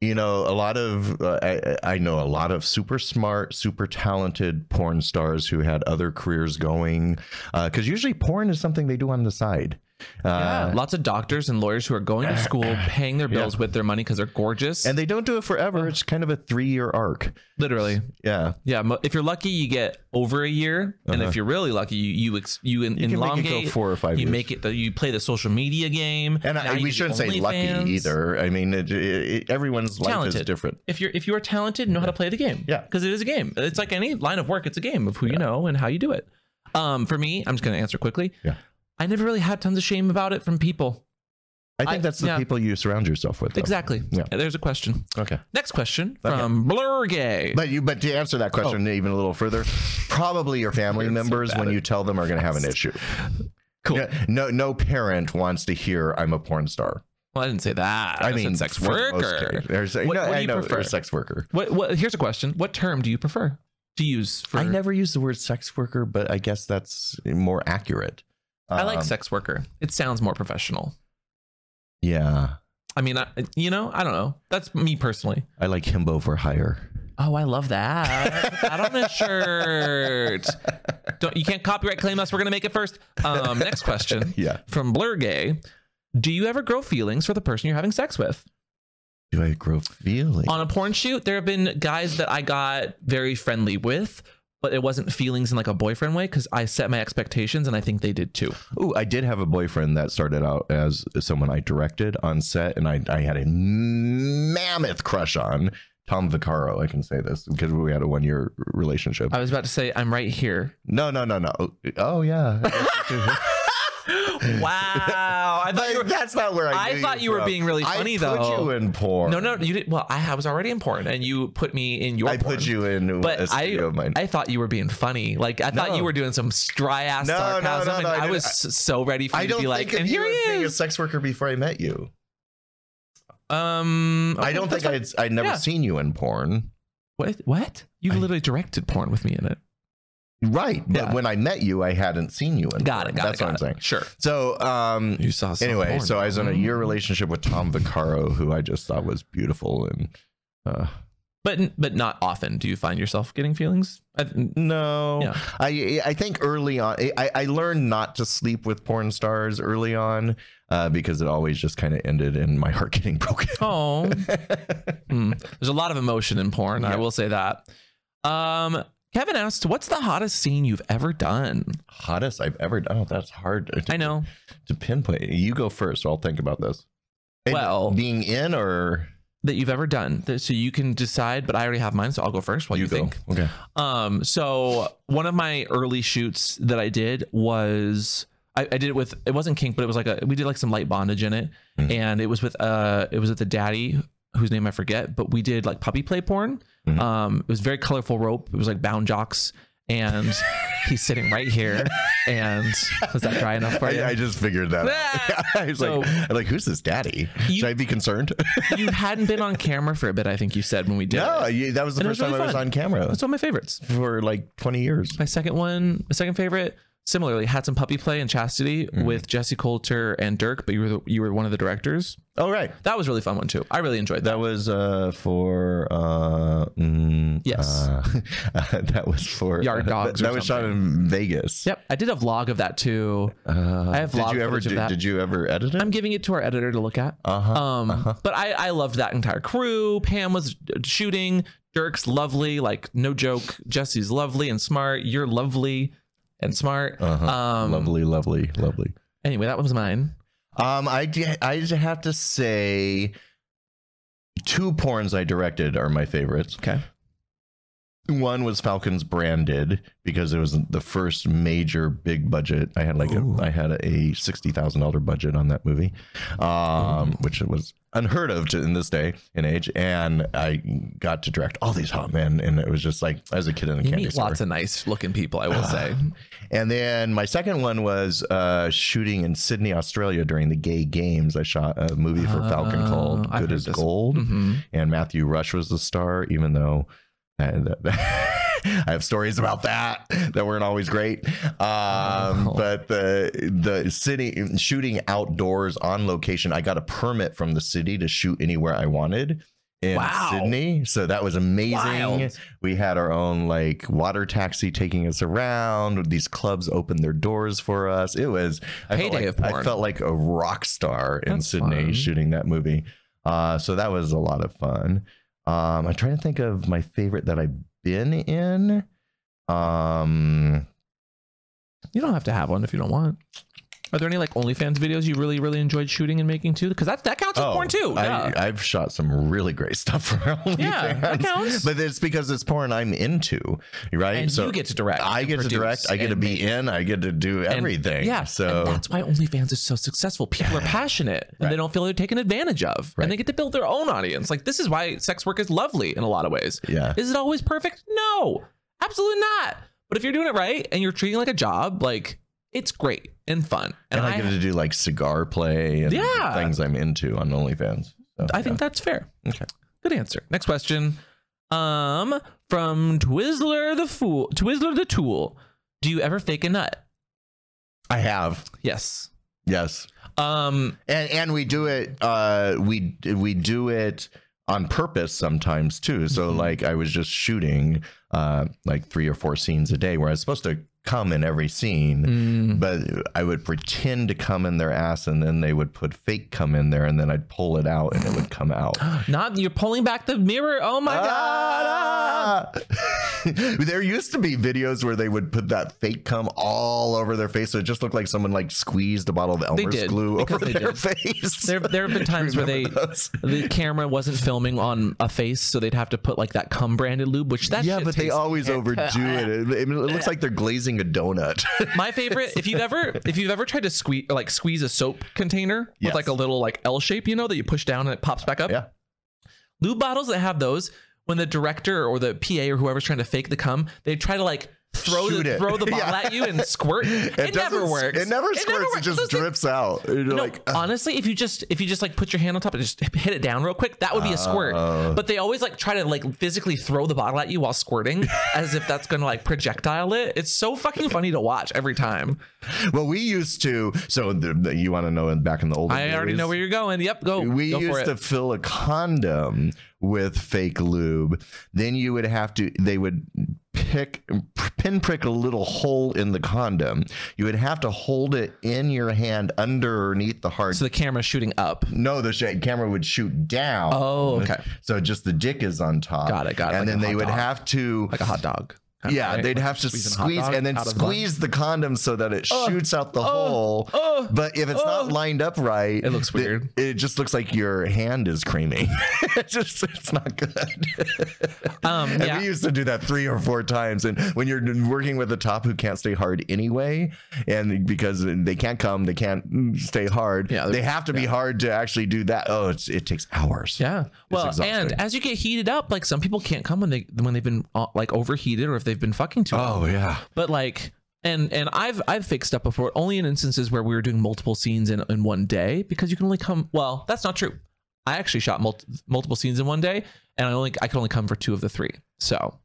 You know, a lot of uh, I, I know a lot of super smart, super talented porn stars who had other careers going, because usually porn is something they do on the side. yeah, Uh, lots of doctors and lawyers who are going to school, paying their Yeah. bills with their money because they're gorgeous. and And they don't do it forever. It's kind of a three-year arc. literally, Yeah, yeah. mo- If you're lucky, you get over a year, and Uh-huh. if you're really lucky, you you ex- you, in, you can elongate. make it go four or five. you years. make it that you play the social media game And Now I, you we do shouldn't say OnlyFans. lucky either. I mean, it, it, it- everyone's life Talented. is different. if you're if you are talented know how to play the game Yeah. because it is a game it's like any line of work it's a game of who you know and how you do it um for me i'm just going to answer quickly Yeah. i never really had tons of shame about it from people I think I- that's the yeah. people you surround yourself with. though. exactly Oh. Yeah. there's a question Okay. next question Okay. from blur gay But you, but to answer that Oh. question even a little further, probably your family We're so members, bad when at- you tell them, are going to have an issue. cool Yeah, No, no parent wants to hear I'm a porn star. well i didn't say that I, said mean, sex for the most worker case. There's, What- no, what do I you know, prefer? or sex worker. what what here's a question what term do you prefer to use for I never use the word sex worker, but I guess that's more accurate. I like Um, sex worker it sounds more professional Yeah, i mean I, you know i don't know that's me personally I like himbo for hire. Oh, I love that. Put that on a shirt. Don't you can't copyright claim us. We're gonna make it first. Um, next question Yeah. from Blur Gay. Do you ever grow feelings for the person you're having sex with? Do I grow feelings? On a porn shoot, there have been guys that I got very friendly with, but it wasn't feelings in like a boyfriend way because I set my expectations and I think they did too. Oh, I did have a boyfriend that started out as someone I directed on set, and I, I had a mammoth crush on Tom Vaccaro. I can say this because we had a one year relationship. I was about to say I'm right here. no, no, no, no. Oh, yeah. wow, I thought you But were. that's not where I. I knew thought you were from. being really funny, I though. put you in porn. No, no, you did. Well, I, I was already in porn, and you put me in your. I porn. put you in But a I- studio of mine. I thought you were being funny. Like I thought No. you were doing some dry ass No, no, no, sarcasm, no, I and I, didn't- was s so ready for I you to don't be think like, of and you here he as being a is. sex worker before I met you. Um, I okay, don't that's think I'd I'd never Yeah. seen you in porn. fine. What? What? You've I- literally directed porn with me in it. Right. But Yeah. when I met you, I hadn't seen you. In Got it. porn. Got That's it. what I'm got saying. it. Sure. So, um, You saw. some anyway, porn. so I was Mm-hmm. in a year relationship with Tom Vaccaro, who I just thought was beautiful. And uh, but but not often. Do you find yourself getting feelings? I, no, Yeah. I I think early on, I, I learned not to sleep with porn stars early on uh, because it always just kind of ended in my heart getting broken. oh, Hmm. there's a lot of emotion in porn. I Yeah. will say that. Um, Kevin asked, "What's the hottest scene you've ever done?" Hottest I've ever done. Oh, that's hard. To, I know. to pinpoint. You go first. I'll think about this. And Well- being in or that you've ever done. Th- So you can decide, but I already have mine, so I'll go first while you, go. think. Okay. Um, so one of my early shoots that I did was I, I did it with it wasn't kink, but it was like a we did like some light bondage in it, Mhm. and it was with uh it was with the daddy whose name I forget, but we did like puppy play porn. Mhm. Um, it was very colorful rope. It was like bound jocks, and he's sitting right here. And was that dry enough for you? I, I just figured that. Ah! out. I was So- like, I'm like, who's this daddy? You- Should I be concerned? you hadn't been on camera for a bit, I think you said when we did. no, it. Oh, you, that was the And it first was really time I was fun. on camera that's one of my favorites. for like 20 years. My second one, my second favorite, similarly had some puppy play and chastity Mm-hmm. with Jesse Coulter and Dirk, but you were the, you were one of the directors. Oh, right. That was really fun one too. I really enjoyed that. That was uh, for uh, mm, Yes. uh, that was for Yard uh, dogs That, or was shot in Vegas. Yep, I did a vlog of that too. Uh, I have did vlog you ever footage of do, that. did you ever edit it? I'm giving it to our editor to look at. uh huh. Um, but I I loved that entire crew. Pam was uh, shooting. Dirk's lovely, like no joke. Jesse's lovely and smart. You're lovely and smart. Uh-huh. Um, lovely, lovely, lovely. Anyway, that was mine. Um, I d- I just have to say, two porns I directed are my favorites. Okay. One was Falcons branded because it was the first major big budget. I had like a, Ooh. I had a sixty thousand dollar budget on that movie, Mm-hmm. um, which was unheard of to, in this day and age. And I got to direct all these hot men, and it was just like as a kid in a You candy meet store. Uh-huh. lots of nice looking people, I will say. And then my second one was uh, shooting in Sydney, Australia during the Gay Games. I shot a movie for Falcon Oh, called I've Good heard as this. Gold, Mhm. and Matthew Rush was the star, even though I, I have stories about that that weren't always great. Um, Oh. But the the city shooting outdoors on location, I got a permit from the city to shoot anywhere I wanted. In Wow. Sydney, so that was amazing. Wild. We had our own like water taxi taking us around. These clubs opened their doors for us. It was I felt Heyday like, of porn. I felt like a rock star in That's Sydney fun. shooting that movie. Uh, so that was a lot of fun. Um, I'm trying to think of my favorite that I've been in. Um, You don't have to have one if you don't want. Are there any like OnlyFans videos you really, really enjoyed shooting and making too? Because that that counts as porn too. Oh, I, yeah. I've shot some really great stuff for OnlyFans, Yeah, that counts. but it's because it's porn I'm into, right? and you get to direct. I and get to produce direct. I get to and be make. in. I get to do And- everything. yeah. and So that's why OnlyFans is so successful. People are passionate and they Right. don't feel they're taken advantage of, Right. and they get to build their own audience. Like this is why sex work is lovely in a lot of ways. yeah. Is it always perfect? No, absolutely not. But if you're doing it right and you're treating it like a job, like it's great and fun. and, I, get to do like cigar play and Yeah. things I'm into on OnlyFans. So, I think that's fair. Okay. Good answer. Next question. Um, from Twizzler the Fool, Twizzler the Tool. Do you ever fake a nut? I have Yes. yes, Um, and and we do it. Uh, we we do it on purpose sometimes too. So Mhm. like I was just shooting uh like three or four scenes a day where I was supposed to come in every scene. mm, But I would pretend to come in their ass, and then they would put fake come in there, and then I'd pull it out, and it would come out. not you're pulling back the mirror. Oh my god. ah. Ah! there used to be videos where they would put that fake cum all over their face, so it just looked like someone like squeezed a bottle of Elmer's did, glue because over they their did. face. There, there have been times where they. Remember those? The camera wasn't filming on a face, so they'd have to put like that cum branded lube, which that yeah, shit but they tastes always overdo it. It, it looks like they're glazing a donut. My favorite, if you've ever if you've ever tried to squeeze like squeeze a soap container with Yes. like a little like L shape, you know, that you push down and it pops back up. Yeah. Lube bottles that have those, when the director or the PA or whoever's trying to fake the cum, they try to like throw Shoot the it. throw the bottle Yeah. at you and squirt. It, never doesn't- works. It never squirts. It, works. just Those things- drips out. You're No, like, "Ugh." honestly, if you just if you just like put your hand on top and just hit it down real quick, that would be a squirt. Oh. But they always like try to like physically throw the bottle at you while squirting, as if that's gonna like projectile it. It's so fucking funny to watch every time. well, we used to. So the, the- you want to know? Back in the old. I already know where you're going. Yep, go. we go for used it. to fill a condom with fake lube. Then you would have to. They would pick pinprick a little hole in the condom. You would have to hold it in your hand underneath the hard. so the camera's shooting up. no, the sh- camera would shoot down. Oh, okay. So just the dick is on top. Got it, got it, like And then a they hot would dog. have to. Like a hot dog. kinda, yeah, right? they'd Like have to squeezing a hot squeeze dog and then out of the- squeeze the condom so that it shoots out the hole. oh, but if it's oh. not lined up right, It looks th- weird. It, just looks like your hand is creaming. it's just it's not good. Um, and yeah. we used to do that three or four times. And when you're working with a top who can't stay hard anyway, and because they can't come, they can't stay hard. Yeah, they have to be hard to actually do that. Oh, it's, it takes hours. Yeah. Well, and exhausting. as you get heated up, like some people can't come when they when they've been uh, like overheated or if they've been fucking too. long. Oh yeah. But like, and and I've I've fixed up before, only in instances where we were doing multiple scenes in in one day because you can only come. Well, that's not true. I actually shot mul- multiple scenes in one day, and I only I could only come for two of the three. So,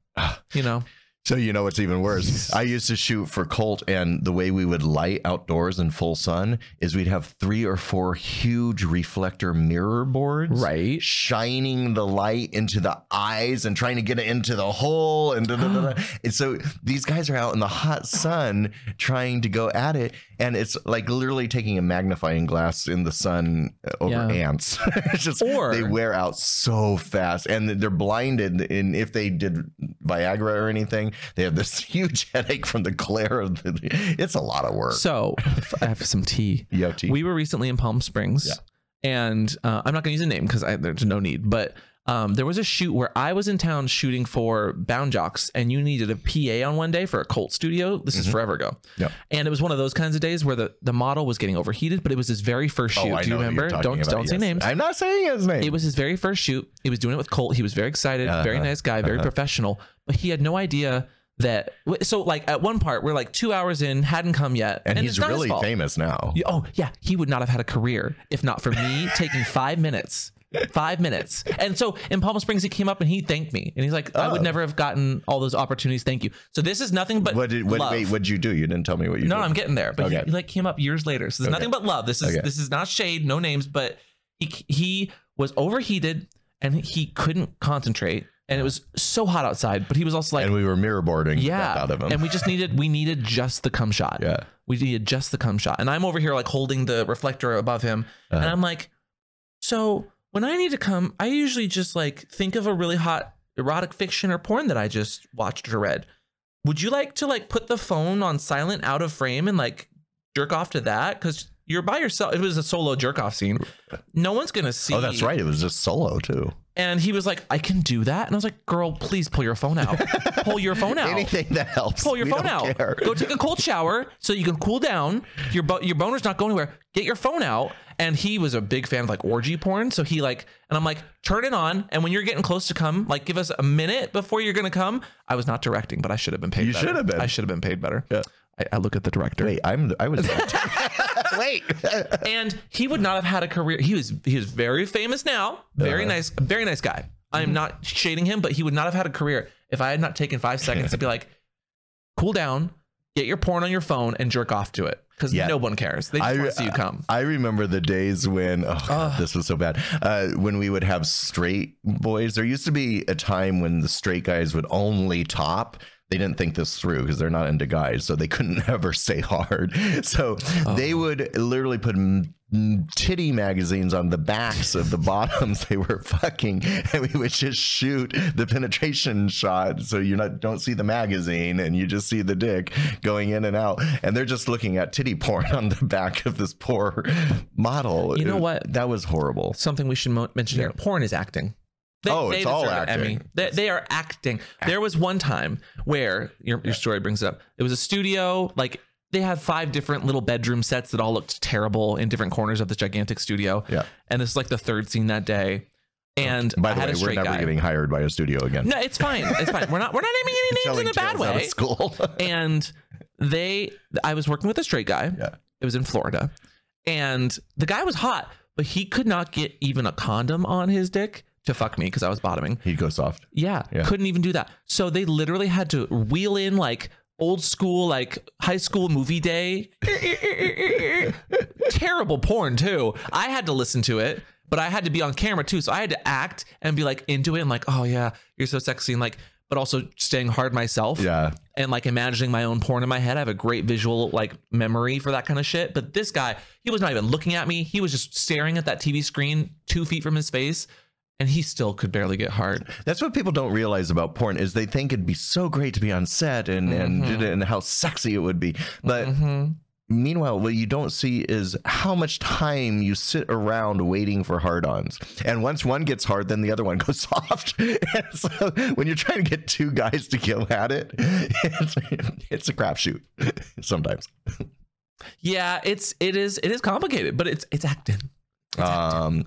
you know, So you know what's even worse? I used to shoot for Colt, and the way we would light outdoors in full sun is we'd have three or four huge reflector mirror boards, Right. shining the light into the eyes and trying to get it into the hole, and da, da, da, da. and so these guys are out in the hot sun trying to go at it, and it's like literally taking a magnifying glass in the sun over Yeah. ants. it's just Or- they wear out so fast and they're blinded and if they did viagra or anything they have this huge headache from the glare of the it's a lot of work so if I have some tea. yot We were recently in Palm Springs, Yeah. and uh, I'm not going to use a name because there's no need. But um, there was a shoot where I was in town shooting for Bound Jocks, and you needed a PA on one day for a Colt studio. This is forever ago. Mm-hmm. Yeah. And it was one of those kinds of days where the, the model was getting overheated, but it was his very first Oh, shoot. Do you who you're remember? talking Don't about, don't say yes. names. i'm not saying his name It was his very first shoot. He was doing it with Colt. He was very excited, very Uh-huh, nice guy, very professional. But he had no idea that. So, like at one part, we're like two hours in, hadn't come yet, and, he's it's not his really fault. famous now Yeah, Oh yeah, he would not have had a career if not for me taking five minutes. Five minutes. And so in Palm Springs, he came up and he thanked me. And he's like, I would Oh. never have gotten all those opportunities. Thank you. So this is nothing but what did what love. wait what'd you do you didn't tell me what you no, did no, I'm getting there. But he, Okay. he, like came up years later. So there's nothing but love. This is Okay. this is not shade, no names, but he he was overheated and he couldn't concentrate. And it was so hot outside, but he was also like, and we were mirror boarding the yeah crap out of him and we just needed we needed just the cum shot Yeah. we needed just the cum shot and i'm over here like holding the reflector above him Uh-huh. and i'm like so when i need to come i usually just like think of a really hot erotic fiction or porn that i just watched or read would you like to like put the phone on silent out of frame and like jerk off to that because you're by yourself it was a solo jerk off scene no one's gonna see oh that's right it was just solo too and he was like i can do that and i was like girl please pull your phone out pull your phone out anything that helps pull your We phone don't out. care. Go take a cold shower so you can cool down. Your bo- your boner's not going anywhere. Get your phone out. And he was a big fan of like orgy porn, so he like and I'm like turn it on. And when you're getting close to come, like give us a minute before you're gonna come. I was not directing, but I should have been paid. You better. should have been. I should have been paid better. Yeah. I, I look at the director. wait i'm i was wait And he would not have had a career. He was he was very famous now. Very Uh-huh. nice, very nice guy. I Mm-hmm. am not shading him, but he would not have had a career if I had not taken five seconds to be like, cool down, get your porn on your phone, and jerk off to it because Yeah. no one cares. They just I- uh, want to see you come. I remember the days when oh God, this was so bad. Uh, when we would have straight boys, there used to be a time when the straight guys would only top. They didn't think this through because they're not into guys, so they couldn't ever stay hard. So they Oh. would literally put m- m- titty magazines on the backs of the bottoms they were fucking, and we would just shoot the penetration shot, so you not don't see the magazine and you just see the dick going in and out, and they're just looking at titty porn on the back of this poor model. You know what? That was horrible. Something we should mo- mention here: porn is acting. They, Oh, it's all deserve an acting. They, they are acting. There was one time where your, your story brings it up. It was a studio, like they had five different little bedroom sets that all looked terrible in different corners of this gigantic studio. Yeah. And this is like the third scene that day. And By the I had way, a we're straight never guy. getting hired by a studio again. no, it's fine. It's fine. We're not we're not naming any names Telling in a bad tales out of way. school. and they i was working with a straight guy Yeah. it was in florida and the guy was hot but he could not get even a condom on his dick to fuck me because i was bottoming He'd go soft. yeah, Yeah. couldn't even do that so they literally had to wheel in like old school like high school movie day terrible porn too i had to listen to it but i had to be on camera too so i had to act and be like into it and like oh yeah you're so sexy and like but also staying hard myself Yeah. and like imagining my own porn in my head. I have a great visual like memory for that kind of shit. But this guy, he was not even looking at me. He was just staring at that TV screen two feet from his face, and he still could barely get hard. That's what people don't realize about porn is they think it'd be so great to be on set and Mm-hmm. and and how sexy it would be. But Mhm. meanwhile, what you don't see is how much time you sit around waiting for hard-ons. And once one gets hard, then the other one goes soft. And so when you're trying to get two guys to go at it, it's, it's a crapshoot sometimes. Yeah, it's it is it is complicated, but it's it's acting. Um,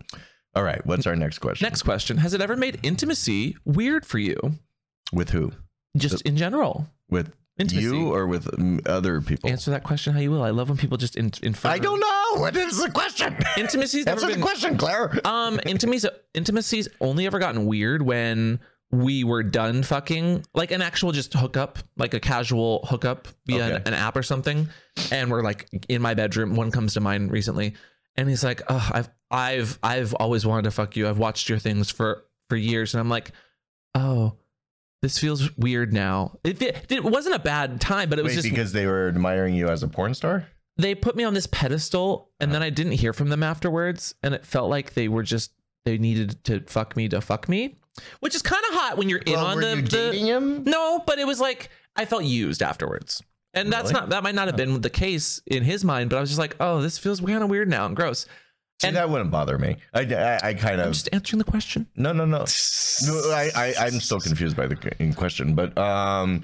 all right, what's our next question? Next question: Has it ever made intimacy weird for you, With who? just in general? With Intimacy. you or with mm, other people? Answer that question how you will. I love when people just in, infer. I don't know. What is the question? Intimacy's never Answer the been question, Claire. Um, intimacy's intimacy's only ever gotten weird when we were done fucking, like an actual just hookup, like a casual hookup via an, Okay. an app or something, and we're like in my bedroom. One comes to mind recently, and he's like, "Oh, I've I've I've always wanted to fuck you. I've watched your things for for years," and I'm like, "Oh." This feels weird now. It, it, it wasn't a bad time, but it was Wait, just because they were admiring you as a porn star? they put me on this pedestal and then I didn't hear from them afterwards and it felt like they were just they needed to fuck me to fuck me which is kind of hot when you're in Well, on were the, you the- dating him? no but it was like I felt used afterwards and that's Really? not that might not have been the case in his mind but I was just like oh this feels kind of weird now and gross See, and- that wouldn't bother me. I, I, I kind I'm of just answering the question no, no, no. No, I, I, I'm still confused by the c- question, but um,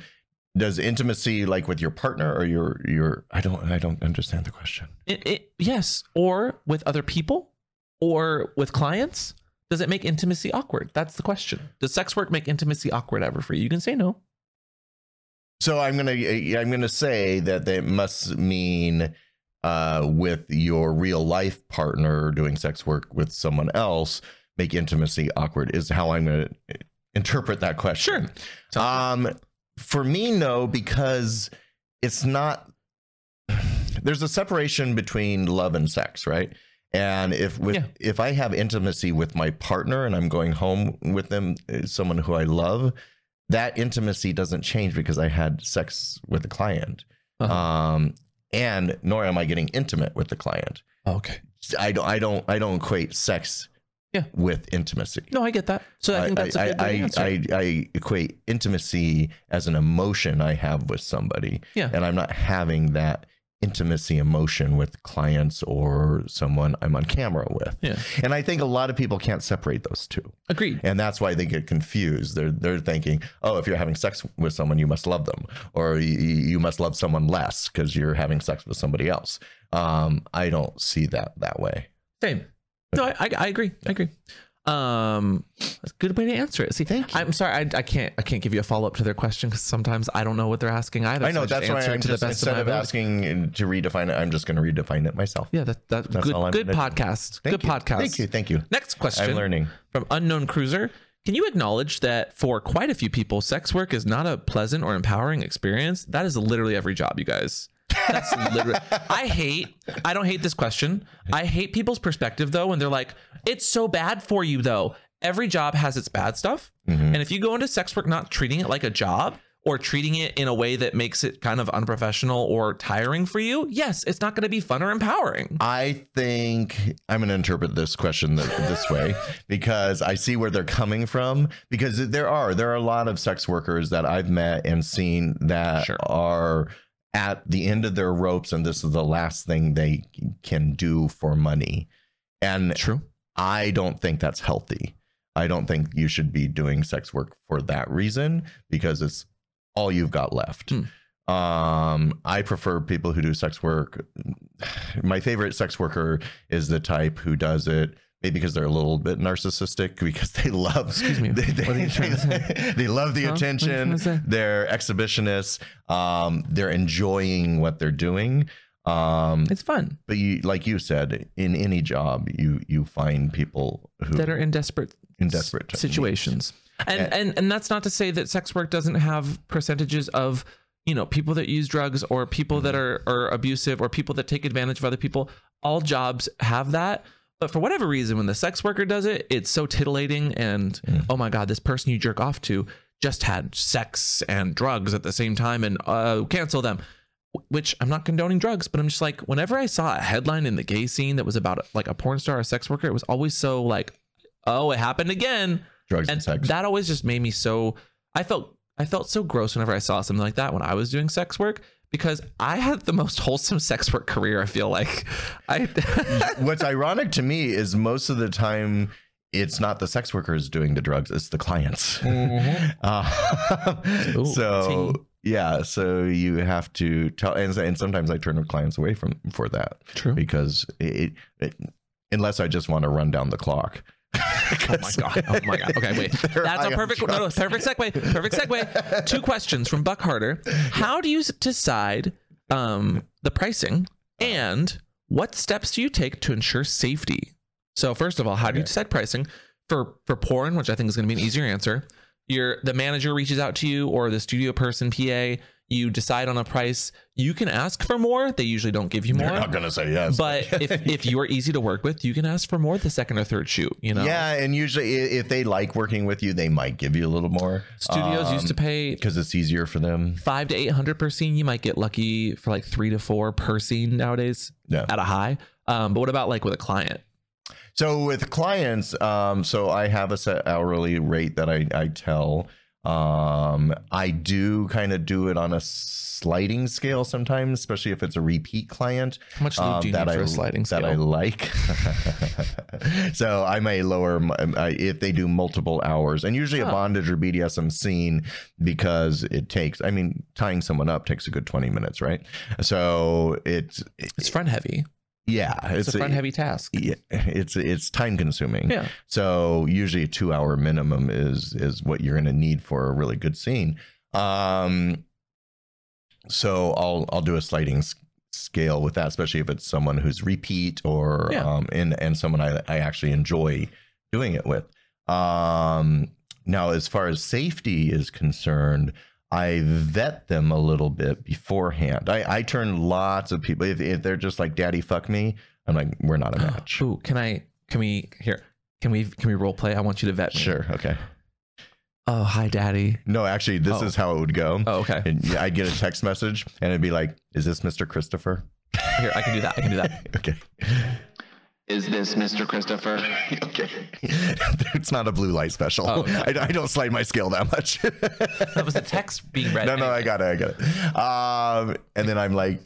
does intimacy like with your partner or your your? I don't, I don't understand the question. It- it- yes or with other people or with clients does it make intimacy awkward that's the question does sex work make intimacy awkward ever for you you can say no So I'm gonna, eh, I'm gonna say that that must mean uh, with your real life partner doing sex work with someone else, make intimacy awkward is how I'm gonna eh, interpret that question. sure Sounds good. Um, for me, no, because it's not. There's a separation between love and sex, right? And if with Yeah. if I have intimacy with my partner and I'm going home with them, uh, someone who I love, that intimacy doesn't change because I had sex with a client. Uh-huh. Um, and nor am I getting intimate with the client. Okay. I don't. I don't. I don't equate sex Yeah. with intimacy. No, I get that. So I, think that's a good I, answer. I, I equate intimacy as an emotion I have with somebody. Yeah. And I'm not having that intimacy emotion with clients or someone I'm on camera with. Yeah. And I think a lot of people can't separate those two. Agreed. And that's why they get confused. They're they're thinking, "Oh, if you're having sex with someone, you must love them, or you, you must love someone less because you're having sex with somebody else." Um, I don't see that that way. Same. No, I, I, I agree. I agree. Um, that's a good way to answer it. See, Thank you. I'm sorry, I, I can't, I can't give you a follow up to their question because sometimes I don't know what they're asking either. I so know just that's why answer it I'm just, instead of ability. asking to redefine it, I'm just going to redefine it myself. Yeah, that, that, That's good, all I'm good gonna do. podcast. Thank good you. podcast. Thank you. Thank you. Next question. I'm learning. from Unknown Cruiser. Can you acknowledge that for quite a few people, sex work is not a pleasant or empowering experience? That is literally every job, you guys. That's literally. I hate. I don't hate this question. I hate people's perspective though, when they're like, "It's so bad for you though." Every job has its bad stuff, and if you go into sex work not treating it like a job or treating it in a way that makes it kind of unprofessional or tiring for you, yes, it's not going to be fun or empowering. I think I'm going to interpret this question th- this way because I see where they're coming from. Because there are there are a lot of sex workers that I've met and seen that Sure. are at the end of their ropes, and this is the last thing they can do for money. And True. I don't think that's healthy. I don't think you should be doing sex work for that reason because it's all you've got left. Hmm. Um, I prefer people who do sex work. My favorite sex worker is the type who does it Maybe because they're a little bit narcissistic because they love Excuse me, They, they- what are you trying to they- they love the Huh? What are you trying attention. to say? They're exhibitionists. Um, they're enjoying what they're doing. Um, It's fun but you, like you said, in any job, you you find people who that are in desperate in desperate times. situations. And, And- and and that's not to say that sex work doesn't have percentages of you know people that use drugs or people that are Mm-hmm. are abusive or people that take advantage of other people. All jobs have that. But for whatever reason, when the sex worker does it, it's so titillating and Mm. oh my god, this person you jerk off to just had sex and drugs at the same time and uh, cancel them. Which I'm not condoning drugs, but I'm just like, whenever I saw a headline in the gay scene that was about like a porn star or a sex worker, it was always so like, oh, it happened again drugs and, and sex. that always just made me so i felt i felt so gross whenever i saw something like that when i was doing sex work because i had the most wholesome sex work career i feel like i What's ironic to me is most of the time it's not the sex workers doing the drugs; it's the clients. Uh, Mm. Ooh, so yeah, so you have to tell, and, and sometimes I turn clients away from for that true because it, it unless I just want to run down the clock. oh my god oh my god okay wait that's a perfect no, no perfect segue perfect segue two questions from buck harder how do you s- decide um the pricing and what steps do you take to ensure safety so first of all how do you Okay. decide pricing for for porn which i think is going to be an easier answer your the manager reaches out to you or the studio person pa you decide on a price you can ask for more they usually don't give you They're more not gonna say yes. but if if you're easy to work with you can ask for more the second or third shoot you know yeah, and usually i- if they like working with you, they might give you a little more. studios used Um, to pay because it's easier for them. five to eight hundred per scene. You might get lucky for like three to four per scene nowadays Yeah. at a high. Um, but what about like with a client? So with clients, um, so I have a set hourly rate that I, I tell. Um, I do kind of do it on a sliding scale sometimes, especially if it's a repeat client How much lube um, do you need for a sliding that I scale? like. so I may lower my, I- if they do multiple hours, and usually Huh. a bondage or BDSM scene because it takes. I mean, tying someone up takes a good twenty minutes, right? So it's it's front heavy. yeah, It's, a front heavy task. yeah, it's it's time consuming. Yeah. So usually a two hour minimum is is what you're going to need for a really good scene. Um, so I'll I'll do a sliding s- scale with that, especially if it's someone who's repeat or Yeah. um and and someone I I actually enjoy doing it with. Um, now as far as safety is concerned. I vet them a little bit beforehand. I, I turn lots of people. If, if they're just like, "Daddy, fuck me," I'm like, "We're not Oh, a match." Ooh, can I? Can we here? Can we? Can we role play? I want you to vet me. Sure. Okay. Oh, hi, daddy. No, actually, this Oh. is how it would go. Oh, okay. And yeah, I'd get a text message and it'd be like, Is this Mr. Christopher? Here, I can do that. I can do that. Okay. Is this Mr. Christopher? Okay. it's not a blue light special. Oh, okay. I, I don't slide my scale that much. That was the text being read. no, no, I Anyway, got it. I got it. Um, and then I'm like,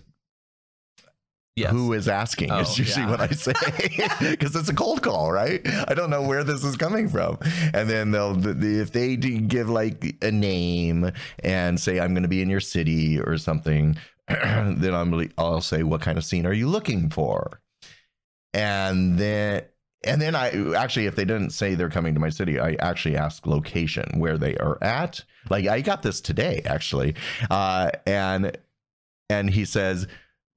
yes. Who is asking? Oh, is usually yeah. what I say because it's a cold call, right? I don't know where this is coming from. And then they'll th- if they do give like a name and say I'm going to be in your city or something, then I'm really- I'll say what kind of scene are you looking for? And then and then I actually if they didn't say they're coming to my city, I actually ask location where they are at. Like I got this today actually. Uh and and he says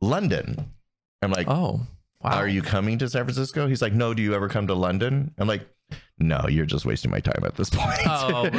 London. I'm like, Oh, wow. are you coming to San Francisco? He's like, no, do you ever come to London? I'm like, no, you're just wasting my time at this point. Oh, boo.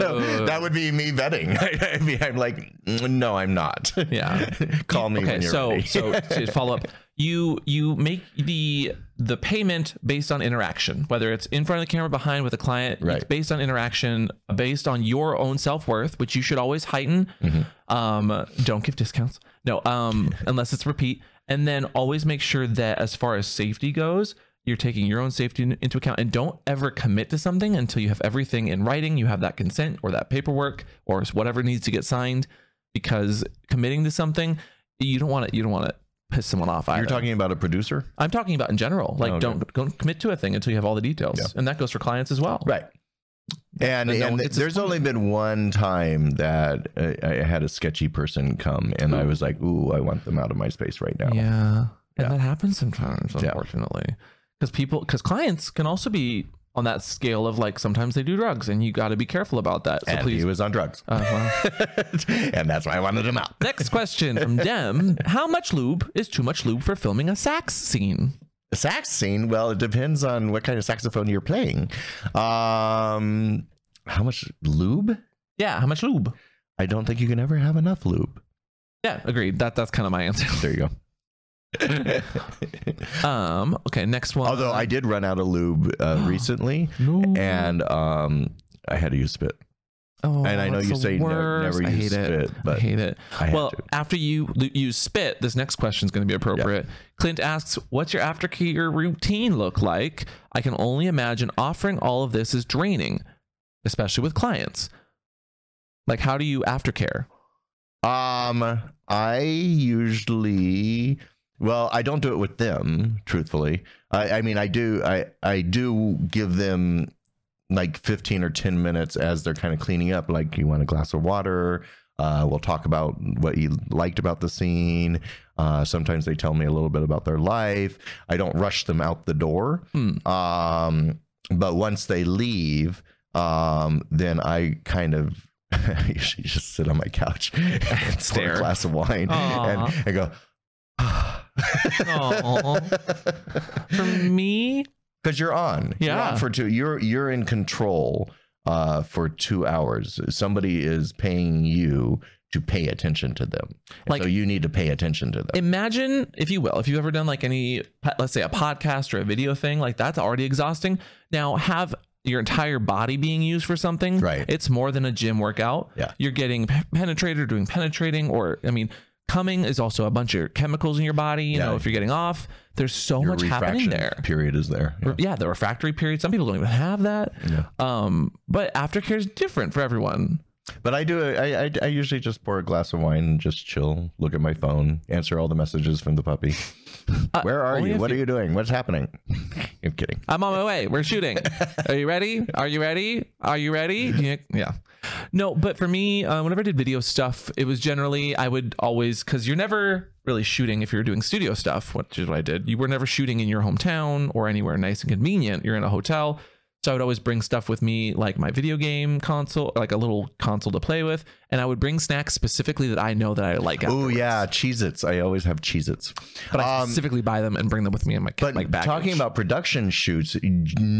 so that would be me vetting. I mean, I'm like, no, I'm not. Yeah. Call me okay when you're so ready. so to follow up you you make the the payment based on interaction whether it's in front of the camera behind with a client it's Right. based on interaction based on your own self-worth which you should always heighten Mm-hmm. um don't give discounts no um unless it's repeat and then always make sure that as far as safety goes you're taking your own safety in- into account and don't ever commit to something until you have everything in writing you have that consent or that paperwork or whatever needs to get signed because committing to something you don't want to you don't want to piss someone off either. you're talking about a producer? I'm talking about in general. Like okay. don't don't commit to a thing until you have all the details. Yeah. And that goes for clients as well. Right. And, Then no one and gets there's only been one time that I, I had a sketchy person come and I was like, ooh, I want them out of my space right now. Yeah. And Yeah. that happens sometimes, Yeah. unfortunately. because people because clients can also be on that scale of like sometimes they do drugs and you got to be careful about that. So and please. he was on drugs, Uh, well. and that's why I wanted him out. Next question from Dem: How much lube is too much lube for filming a sax scene? The sax scene. Well, it depends on what kind of saxophone you're playing. Um, how much lube? Yeah, how much lube? I don't think you can ever have enough lube. Yeah, agreed. That that's kind of my answer. There you go. Um, okay, next one. Although I did run out of lube uh, recently, no, and um, I had to use spit. oh, and I know that's you the say no- worst. never I use hate it. spit, but I hate it. I had well, to. after you l- use spit, this next question is going to be appropriate. Clint asks, "What's your aftercare routine look like?" I can only imagine offering all of this is draining, especially with clients. Like, how do you aftercare? Um, I usually, well, I don't do it with them, truthfully. I, I mean, I do, I, I do give them like 15 or 10 minutes as they're kind of cleaning up, like you want a glass of water. Uh, we'll talk about what you liked about the scene. Uh, sometimes they tell me a little bit about their life. I don't rush them out the door. Hmm. Um, but once they leave, um, then I kind of I usually just sit on my couch and Stare. pour a glass of wine Aw. and, and go. Aw. For me, Because you're on. You're Yeah. on for two. You're you're in control uh, for two hours. Somebody is paying you to pay attention to them. And Like- so you need to pay attention to them. imagine if you will if you've ever done like any let's say a podcast or a video thing like that's already exhausting now have your entire body being used for something Right. it's more than a gym workout Yeah. you're getting pe- penetrated doing penetrating or i mean coming is also a bunch of chemicals in your body you Yeah. know if you're getting off there's so Your much happening refraction there Period is there. Yeah. yeah the refractory period some people don't even have that Yeah. um but aftercare is different for everyone But I do. I, I I usually just pour a glass of wine and just chill, look at my phone, answer all the messages from the puppy. Uh, Where are only you? if What are you doing? What's happening? I'm kidding. I'm on my way. We're shooting. Are you ready? Are you ready? Are you ready? Yeah. Yeah. No, but for me, uh, whenever I did video stuff, it was generally I would always because you're never really shooting if you're doing studio stuff, which is what I did. You were never shooting in your hometown or anywhere nice and convenient. You're in a hotel. So I would always bring stuff with me, like my video game console, like a little console to play with, and I would bring snacks specifically that I know that I like. Oh afterwards. yeah, Cheez-Its. I always have Cheez-Its. but I Um, specifically buy them and bring them with me in my But my baggage. talking about production shoots,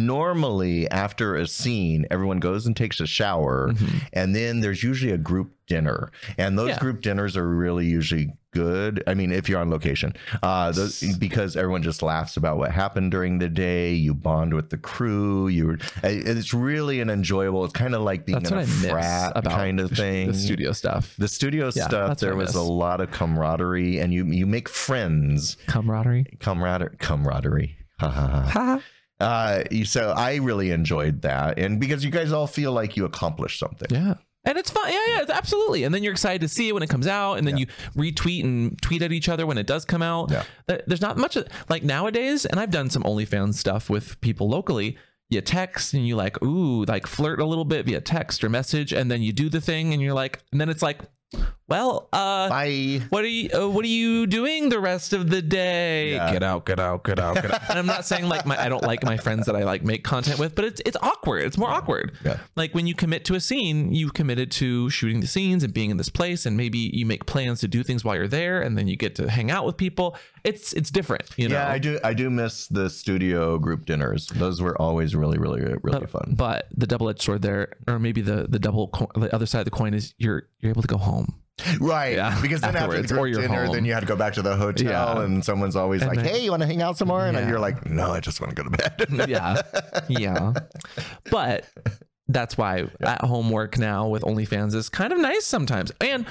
normally after a scene, everyone goes and takes a shower, and then there's usually a group dinner, and those Mm-hmm. Yeah. group dinners are really usually good. I mean, if you're on location, uh, those, because everyone just laughs about what happened during the day, you bond with the crew. You, it's really an enjoyable. It's kind of like being that's in what I a miss frat about kind of thing. the studio stuff. The studio Yeah, stuff, that's what there I was miss. a lot of camaraderie, and you you make friends, camaraderie. camaraderie, camaraderie. Ha ha ha. Ha. Uh, so I really enjoyed that, and because you guys all feel like you accomplished something. Yeah. And it's fun. Yeah, yeah, it's absolutely. And then you're excited to see it when it comes out, and then you retweet and tweet at each other when it does come out. Yeah. Th- There's not much of- like nowadays, and I've done some OnlyFans stuff with people locally. You text and you like, ooh, like flirt a little bit via text or message, and then you do the thing, and you're like, and then it's like, well, uh, Bye. what are you uh, what are you doing the rest of the day Yeah. get out get out get out get out and i'm not saying like my i don't like my friends that i like make content with but it's it's awkward it's more awkward Yeah. like when you commit to a scene you've committed to shooting the scenes and being in this place and maybe you make plans to do things while you're there and then you get to hang out with people it's it's different you know yeah, I do. I do miss the studio group dinners. Those were always really, really, really fun. but the double-edged sword there or maybe the the double co- the other side of the coin is you're you're able to go home Right. Yeah. Because then after the Afterwards, or group your dinner, home. then you had to go back to the hotel, Yeah. and someone's always like, then- "Hey, you want to hang out some more?" And Yeah. you're like, "No, I just want to go to bed." yeah yeah but that's why at home work now with onlyfans is kind of nice sometimes and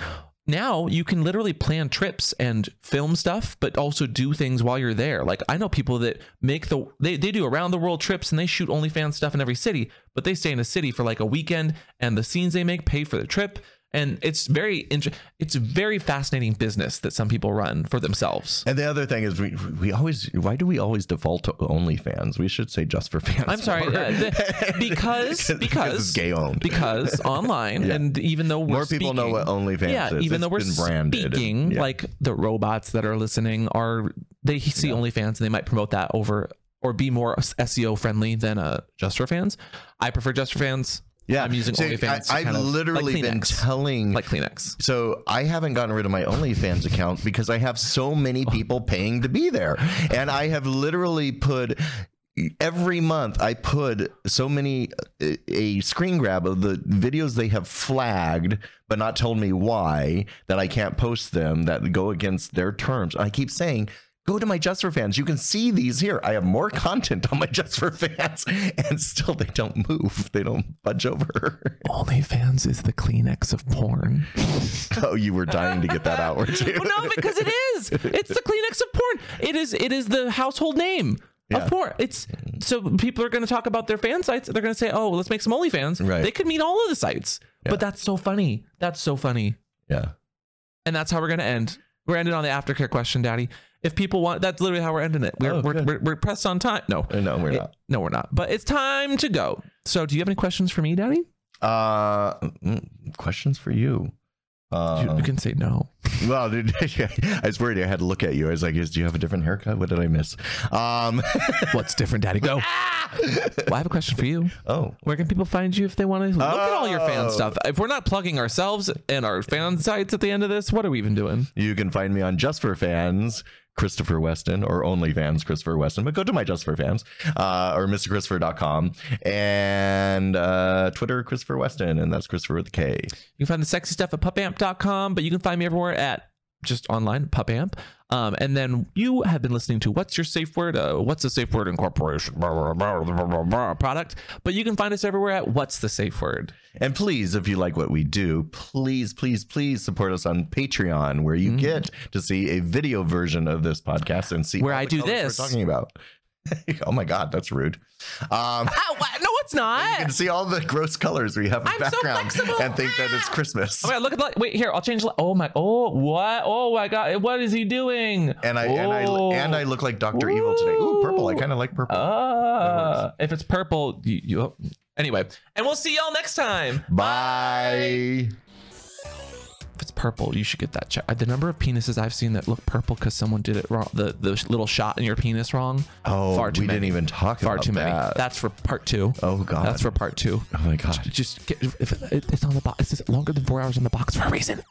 now you can literally plan trips and film stuff but also do things while you're there like i know people that make the they, they do around the world trips and they shoot onlyfans stuff in every city but they stay in a city for like a weekend and the scenes they make pay for the trip and it's very inter- it's a very fascinating business that some people run for themselves and the other thing is, we we always why do we always default to OnlyFans? We should say just for fans. I'm sorry, more. uh, the- because- it's because- gay owned. because online Yeah. and even though we're more people know speaking- what OnlyFans yeah, is. even It's though we're been branded and- speaking, yeah. like the robots that are listening are they see OnlyFans and they might promote that over or be more SEO friendly than uh, Just for Fans. I prefer Just for Fans. Yeah, I'm using So OnlyFans to I, I've kind of- like literally been Kleenex. telling Like Kleenex. So I haven't gotten rid of my OnlyFans account because I have so many people paying to be there, and I have literally put every month I put so many a, a screen grab of the videos they have flagged but not told me why that I can't post them that go against their terms. I keep saying. Go to my Just for Fans. You can see these here. I have more content on my Just for Fans, and still they don't move. They don't budge over. OnlyFans is the Kleenex of porn. oh, you were dying to get that out, were you? well, no, because it is. It's the Kleenex of porn. It is. It is the household name Yeah. of porn. It's so people are going to talk about their fan sites. They're going to say, "Oh, well, let's make some OnlyFans." Right. They could mean all of the sites, Yeah. but that's so funny. That's so funny, Yeah. and that's how we're going to end. We're ending on the aftercare question, Daddy. If people want, that's literally how we're ending it. We're Oh, we're, good. we're, we're pressed on time. No, Uh, No, we're It- not. no, we're not. But it's time to go. So, do you have any questions for me, Daddy? Uh, mm, questions for you. You- Uh, you can say no. well, dude, I was worried. I had to look at you. I was like, "Is- "Do you have a different haircut? What did I miss?" Um, What's different, Daddy? Go. Well, I have a question for you. oh, Where can people find you if they want to look at all your fan Oh. stuff? If we're not plugging ourselves and our fan sites at the end of this, what are we even doing? you can find me on Just for Fans, Christopher Weston, or Only Fans, Christopher Weston. But go to my Just for Fans uh, or MrChristopher.com and uh, Twitter, Christopher Weston, and that's Christopher with a K. You can find the sexy stuff at pupamp.com, but you can find me everywhere at just online, pupamp. Um, and then you have been listening to What's Your Safe Word? Uh, What's the Safe Word Incorporation blah, blah, blah, blah, blah, blah, product? But you can find us everywhere at What's the Safe Word? And please, if you like what we do, please, please, please support us on Patreon, where you Mm-hmm. get to see a video version of this podcast and see Where all I the do colors this. We're talking about. oh my God, that's rude. Um, Ow, what? no, it's you not. can see all the gross colors we have in the I'm so background flexible. and think that it's Christmas. Oh my god, look at the wait here, I'll change the oh my oh what? Oh my god, what is he doing? and I and Oh. I and I look like Doctor Evil today. Ooh, purple! I kind of like purple. Uh, if it's purple, you, you oh. anyway. And we'll see y'all next time. Bye. If it's purple, you should get that check. The number of penises I've seen that look purple because someone did it wrong, the the sh- little shot in your penis wrong. Oh, far too we many. didn't even talk Far about too many. that. That's for part two. Oh God. That's for part two. oh my God. Just get, if it, it's on the box. It's longer than four hours on the box for a reason.